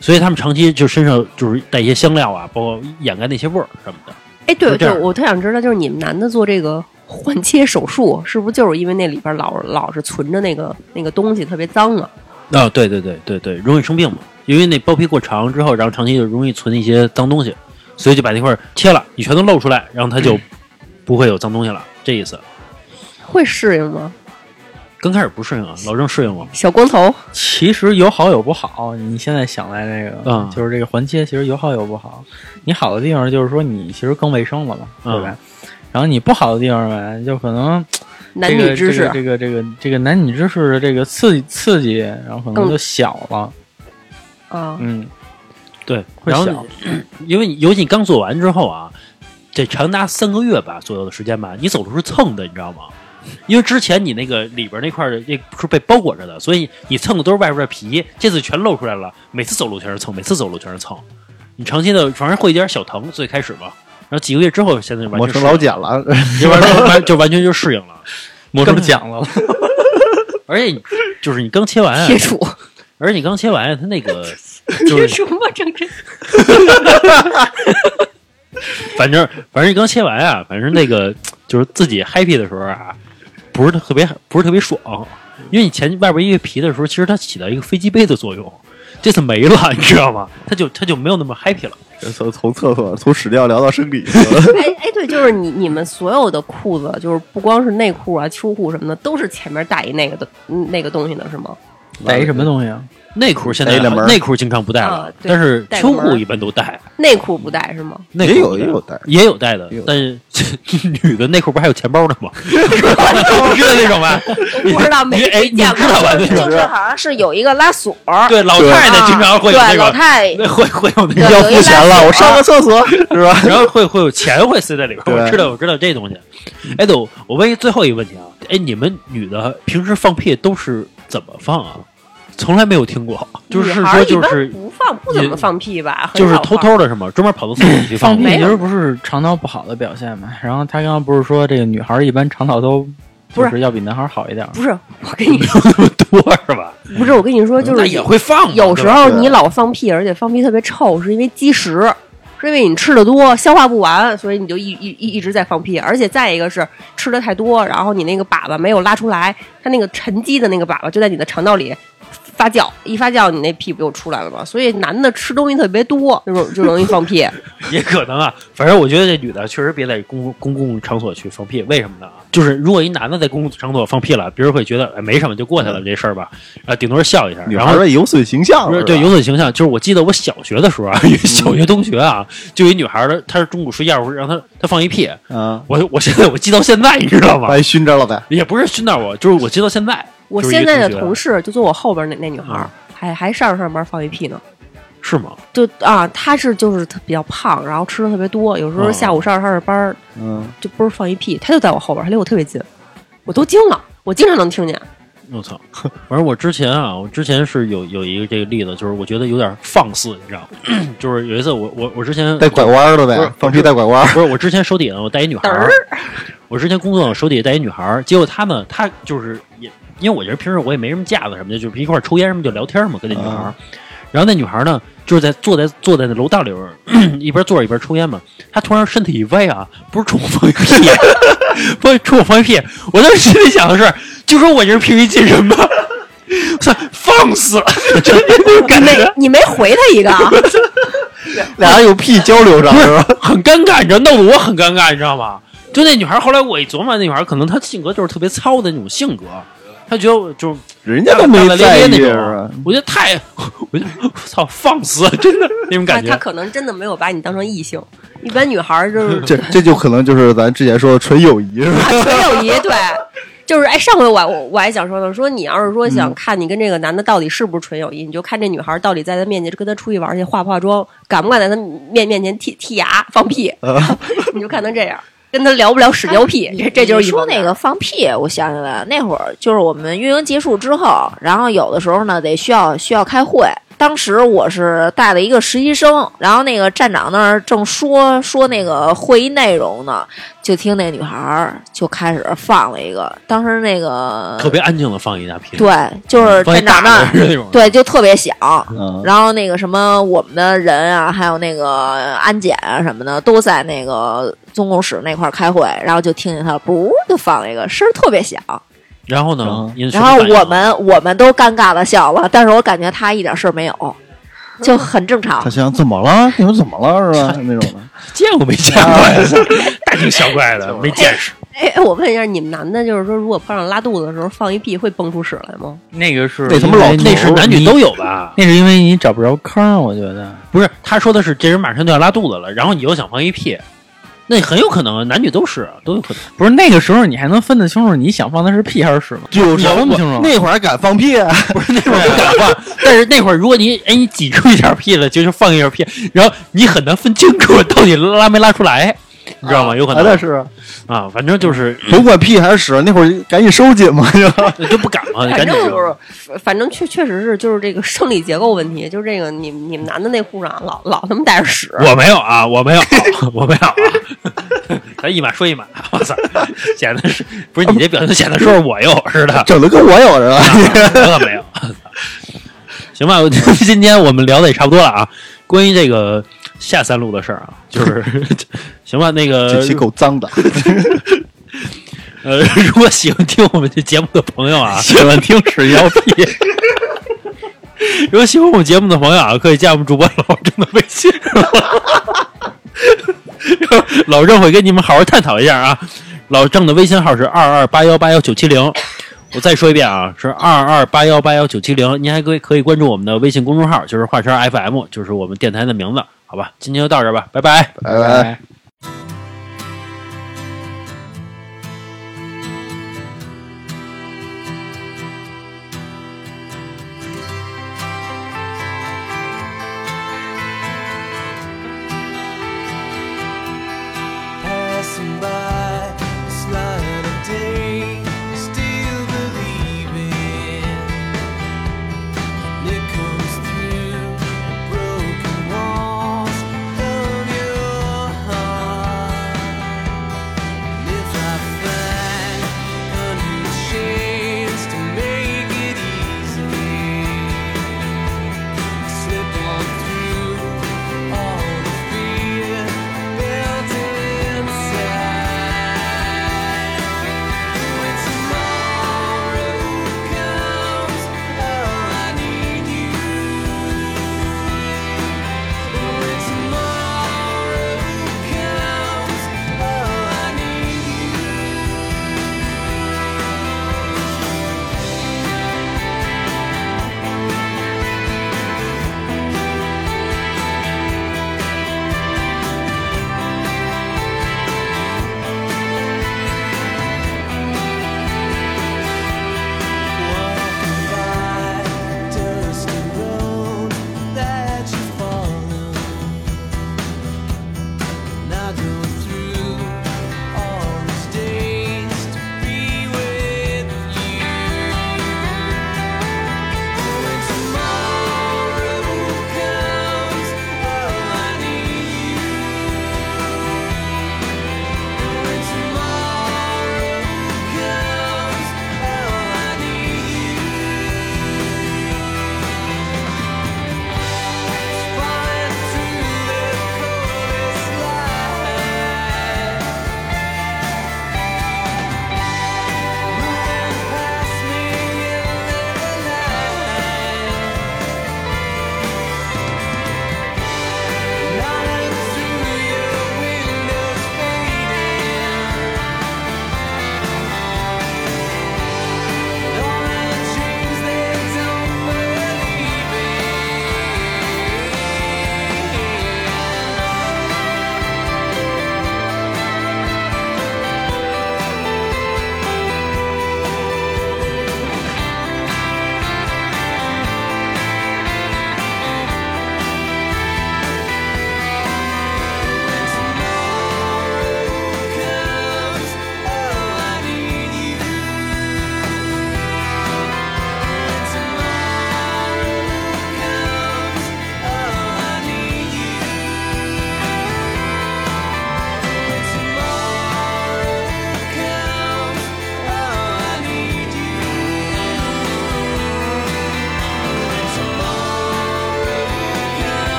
所以他们长期就身上就是带一些香料啊，包括掩盖那些味儿什么的。
哎，对
是这
对
样，
我特想知道，就是你们男的做这个换切手术，是不是就是因为那里边老老是存着那个那个东西特别脏啊？
啊、对对对对对，容易生病嘛，因为那包皮过长之后，然后长期就容易存一些脏东西，所以就把那块儿切了，你全都露出来，然后它 [CLEARS THROAT] 就不会有脏东西了，这意思。
会适应吗？
刚开始不适应啊，老郑适应了。
小光头，
[LAUGHS] 其实有好有不好。你现在想来这个，
嗯
就是这个环切，其实有好有不好。你好的地方就是说你其实更卫生了嘛，对吧？然后你不好的地方吧，就可能
男
这
女
个
之事，
这个这个这个这个男女之事的这个刺激刺激，然后可能
更
就小了，
啊，
嗯，
对，
会
然后
小
[CLEARS THROAT] 因为你尤其你刚做完之后啊，这长达三个月吧左右的时间吧，你走路是蹭的，你知道吗？因为之前你那个里边那块儿的那是被包裹着的，所以你蹭的都是外边的皮，这次全露出来了。每次走路全是蹭，每次走路全是蹭，你长期的反正会有点小疼，最开始嘛，然后几个月之后，现在就完
磨
全
成
适应
老茧了，
就完全完就完全就适应了。
我这么讲了，
而且你就是你刚切完啊，
贴
[LAUGHS]
楚，
而且你刚切完，它那个
贴
就是
什么郑真？
[LAUGHS] 反正反正你刚切完啊，反正那个就是自己 happy 的时候啊，不是特别不是特别爽，因为你前外边一个皮的时候，其实它起到一个飞机杯的作用，这次没了，你知道吗？它就它就没有那么 happy 了。
从从厕所从屎尿聊到生
[LAUGHS]
理，
哎哎，对，就是你你们所有的裤子，就是不光是内裤啊、秋裤什么的，都是前面带一那个的嗯那个东西的是吗？
逮什么东西啊？
内裤现在
逮了门儿
内裤经常不戴了，
啊对
但是
戴个
秋
门
裤
儿
一般都戴，
内裤不带是吗？
内裤
嗯也有
不戴
也有戴
也有戴的
也有，戴
但
[LAUGHS]
是女的内裤不还有钱包呢吗？ [LAUGHS] 你知道那种吧？
[LAUGHS] 不知道没
你哎，[LAUGHS]
没
你
见过
知道
[LAUGHS]
吧？那
就
种
是好像是有一个拉锁儿，
对老太太经常会有
啊
那
对老
个，
太
那会会有那
对
个，
要付钱了，我上个厕所 [LAUGHS] 是吧？
然后会会有钱会塞在里边儿。
对
我知道我知道这东西。哎，对，我我问一最后一个问题啊，哎，你们女的平时放屁都是怎么放啊？从来没有听过，就是
女孩
说
儿
就
一般
是
不放，不怎么放屁吧，很
就是
少
偷
放。
偷的是吗？专门跑到厕所去
放
屁
屁
没
其
有
实不是肠道不好的表现嘛。然后他刚刚不是说这个女孩一般肠道都
不
就是是要比男孩好一点儿，
不是，我跟你说，
那么多是吧？
不是我跟你说，就
[LAUGHS] 那
是
也会放嘛，
有
嗯
时
对吧
候
对
你老放屁，而且放屁特别臭，是因为积食，是因为你吃的多，消化不完，所以你就一一一一直在放屁。而且再一个是吃的太多，然后你那个粑粑没有拉出来，它那个沉积的那个粑粑就在你的肠道里发酵，一发酵你那屁不就出来了吗？所以男的吃东西特别多，就容就容易放
[LAUGHS]
屁。
也可能啊，反正我觉得这女的确实别在公公共场所去放屁，为什么呢？就是如果一男的在公共场所放屁了，别人会觉得哎没什么就过去了这事儿吧，啊顶多是笑一下，
嗯
[LAUGHS]
女
然
孩
后
的有损形象
不是
吧
对有损形象。就是我记得我小学的时候啊，有一
嗯
小学同学啊，就有一女孩儿的，她是中午睡觉的时候让她她放一屁，
嗯，
我我现在我记到现在，你知道吗？
把你熏着了呗。
也不是熏到我，就是我记到现在，
哎我
就是一
现
个
在的
同学
同事就坐我后边那那女孩儿
啊，
还还上上班放一屁呢。
是吗？
就啊，她是就是特比较胖，然后吃的特别多，有时候
哦
下午上着上着班儿
嗯，
就不是放一屁，他就在我后边，他离我特别近，我都惊了，我经常能听见。
我操！反正我之前啊，我之前是有有一个这个例子，就是我觉得有点放肆，你知道吗？
[COUGHS]
就是有一次我我我之前
带拐弯了
不是
呗，放屁带拐弯。
不是我之前手底下我带一女孩儿，我之前工作手底下带一女孩儿，结果她呢，她就是也因为我觉得平时我也没什么架子什么的，就是一块儿抽烟什么就聊天嘛，跟那女孩儿。然后那女孩儿呢，就是在坐在坐在那楼道里边儿， [CLEARS THROAT] 一边坐着一边抽烟嘛。她突然身体一歪啊，不是冲我放一屁， [LAUGHS] 不是冲我放一屁。我当时心里想的是，就说我这是平易近人吧， [LAUGHS] 我操，放死了， [LAUGHS] 真的那种感觉。
你没回他一个啊，
俩人有屁交流上
不
是
是 [LAUGHS]
吧？
很尴尬，你知道，弄得我很尴尬，你知道吗？就那女孩，后来我一琢磨，那女孩可能她性格就是特别糙的那种性格，她觉得我就是
人家
大
都没
大
在
咧咧
意
那
是
种啊
吧，
我觉得太，我就我操，放肆，真的那种 [LAUGHS]
他
感觉
他。可能真的没有把你当成异性，一般女孩儿就是 [LAUGHS]
这这就可能就是咱之前说的纯友谊是吧？
纯友谊，对，就是哎，上回我还我我还想说呢，说你要是说想看你跟这个男的到底是不是纯友谊，你就看这女孩儿到底在他面前跟他出去玩儿去化不化妆，敢不敢在他面面前 [LAUGHS] 剔剔牙放屁， [LAUGHS] 你就看他这样，跟他聊不聊屎尿屁，这这就是
你
一
说
方面
那个放屁，我想起来了，那会儿就是我们运营结束之后，然后有的时候呢得需要需要开会。当时我是带了一个实习生，然后那个站长那儿正说说那个会议内容呢，就听那女孩儿就开始放了一个，当时那个
特别安静的放一大屁，
对，就是
放一
站长那
大
儿
的那种，
对就特别响，
嗯，
然后那个什么，我们的人啊，还有那个安检啊什么的，都在那个总共室那块儿开会，然后就听见他噗就放了一个声儿特别响，
然后呢
嗯，
因为什
然
么
后
反应啊
我们我们都尴尬的笑了，但是我感觉他一点事儿没有，就很正常
他。想怎么了？你们怎么了是吧？那
[LAUGHS]
种的，
见过没见过呀？ [LAUGHS] 大惊小怪的，没见识。
哎，哎我问一下，你们男的，就是说，如果碰上拉肚子的时候放一屁，会崩出屎来吗？
那个是
那他妈老
因为
那是男女都有吧？
那是因为你找不着坑，我觉得
不是，他说的是这人马上就要拉肚子了，然后你又想放一屁，那很有可能啊，男女都是都有可能。
不是那个时候你还能分得清楚你想放的是屁还是屎吗？
就
你分不清楚
那会儿还敢放屁啊？
不是那会儿不敢放，但是那会儿如果你哎你挤出一点屁来，就是放一点屁，然后你很难分清楚到底拉没拉出来，你知道吗？有可能
那是
啊，反正就是
甭管屁还是屎，那会儿赶紧收紧嘛就。
就不敢嘛，
反
赶紧
正
就
就是，反正确确实是，就是这个生理结构问题，就是这个你你们男的内裤上啊老老他妈带着屎，
我没有啊，我没有，我没有啊，咱一码说一码，我操，显得是不是你这表情显得说是我有似的，啊
整的跟我有似的。
呃我可没有。行吧，我今天我们聊的也差不多了啊，关于这个下三 [LAUGHS] 路的事儿啊，就是行吧，那个
这些够脏的，
呃， [LAUGHS] 如果喜欢听我们这节目的朋友啊，
喜欢听屎尿屁，
[LAUGHS] 如果喜欢我们节目的朋友啊，可以加我们主播老郑的微信。 [LAUGHS] 老郑会跟你们好好探讨一下啊。老郑的微信号是二二八幺八幺九七零，我再说一遍啊，是二二八幺八幺九七零。您还可以可以关注我们的微信公众号，就是华山 FM，就是我们电台的名字，好吧？今天就到这儿吧，拜拜。
拜拜。
拜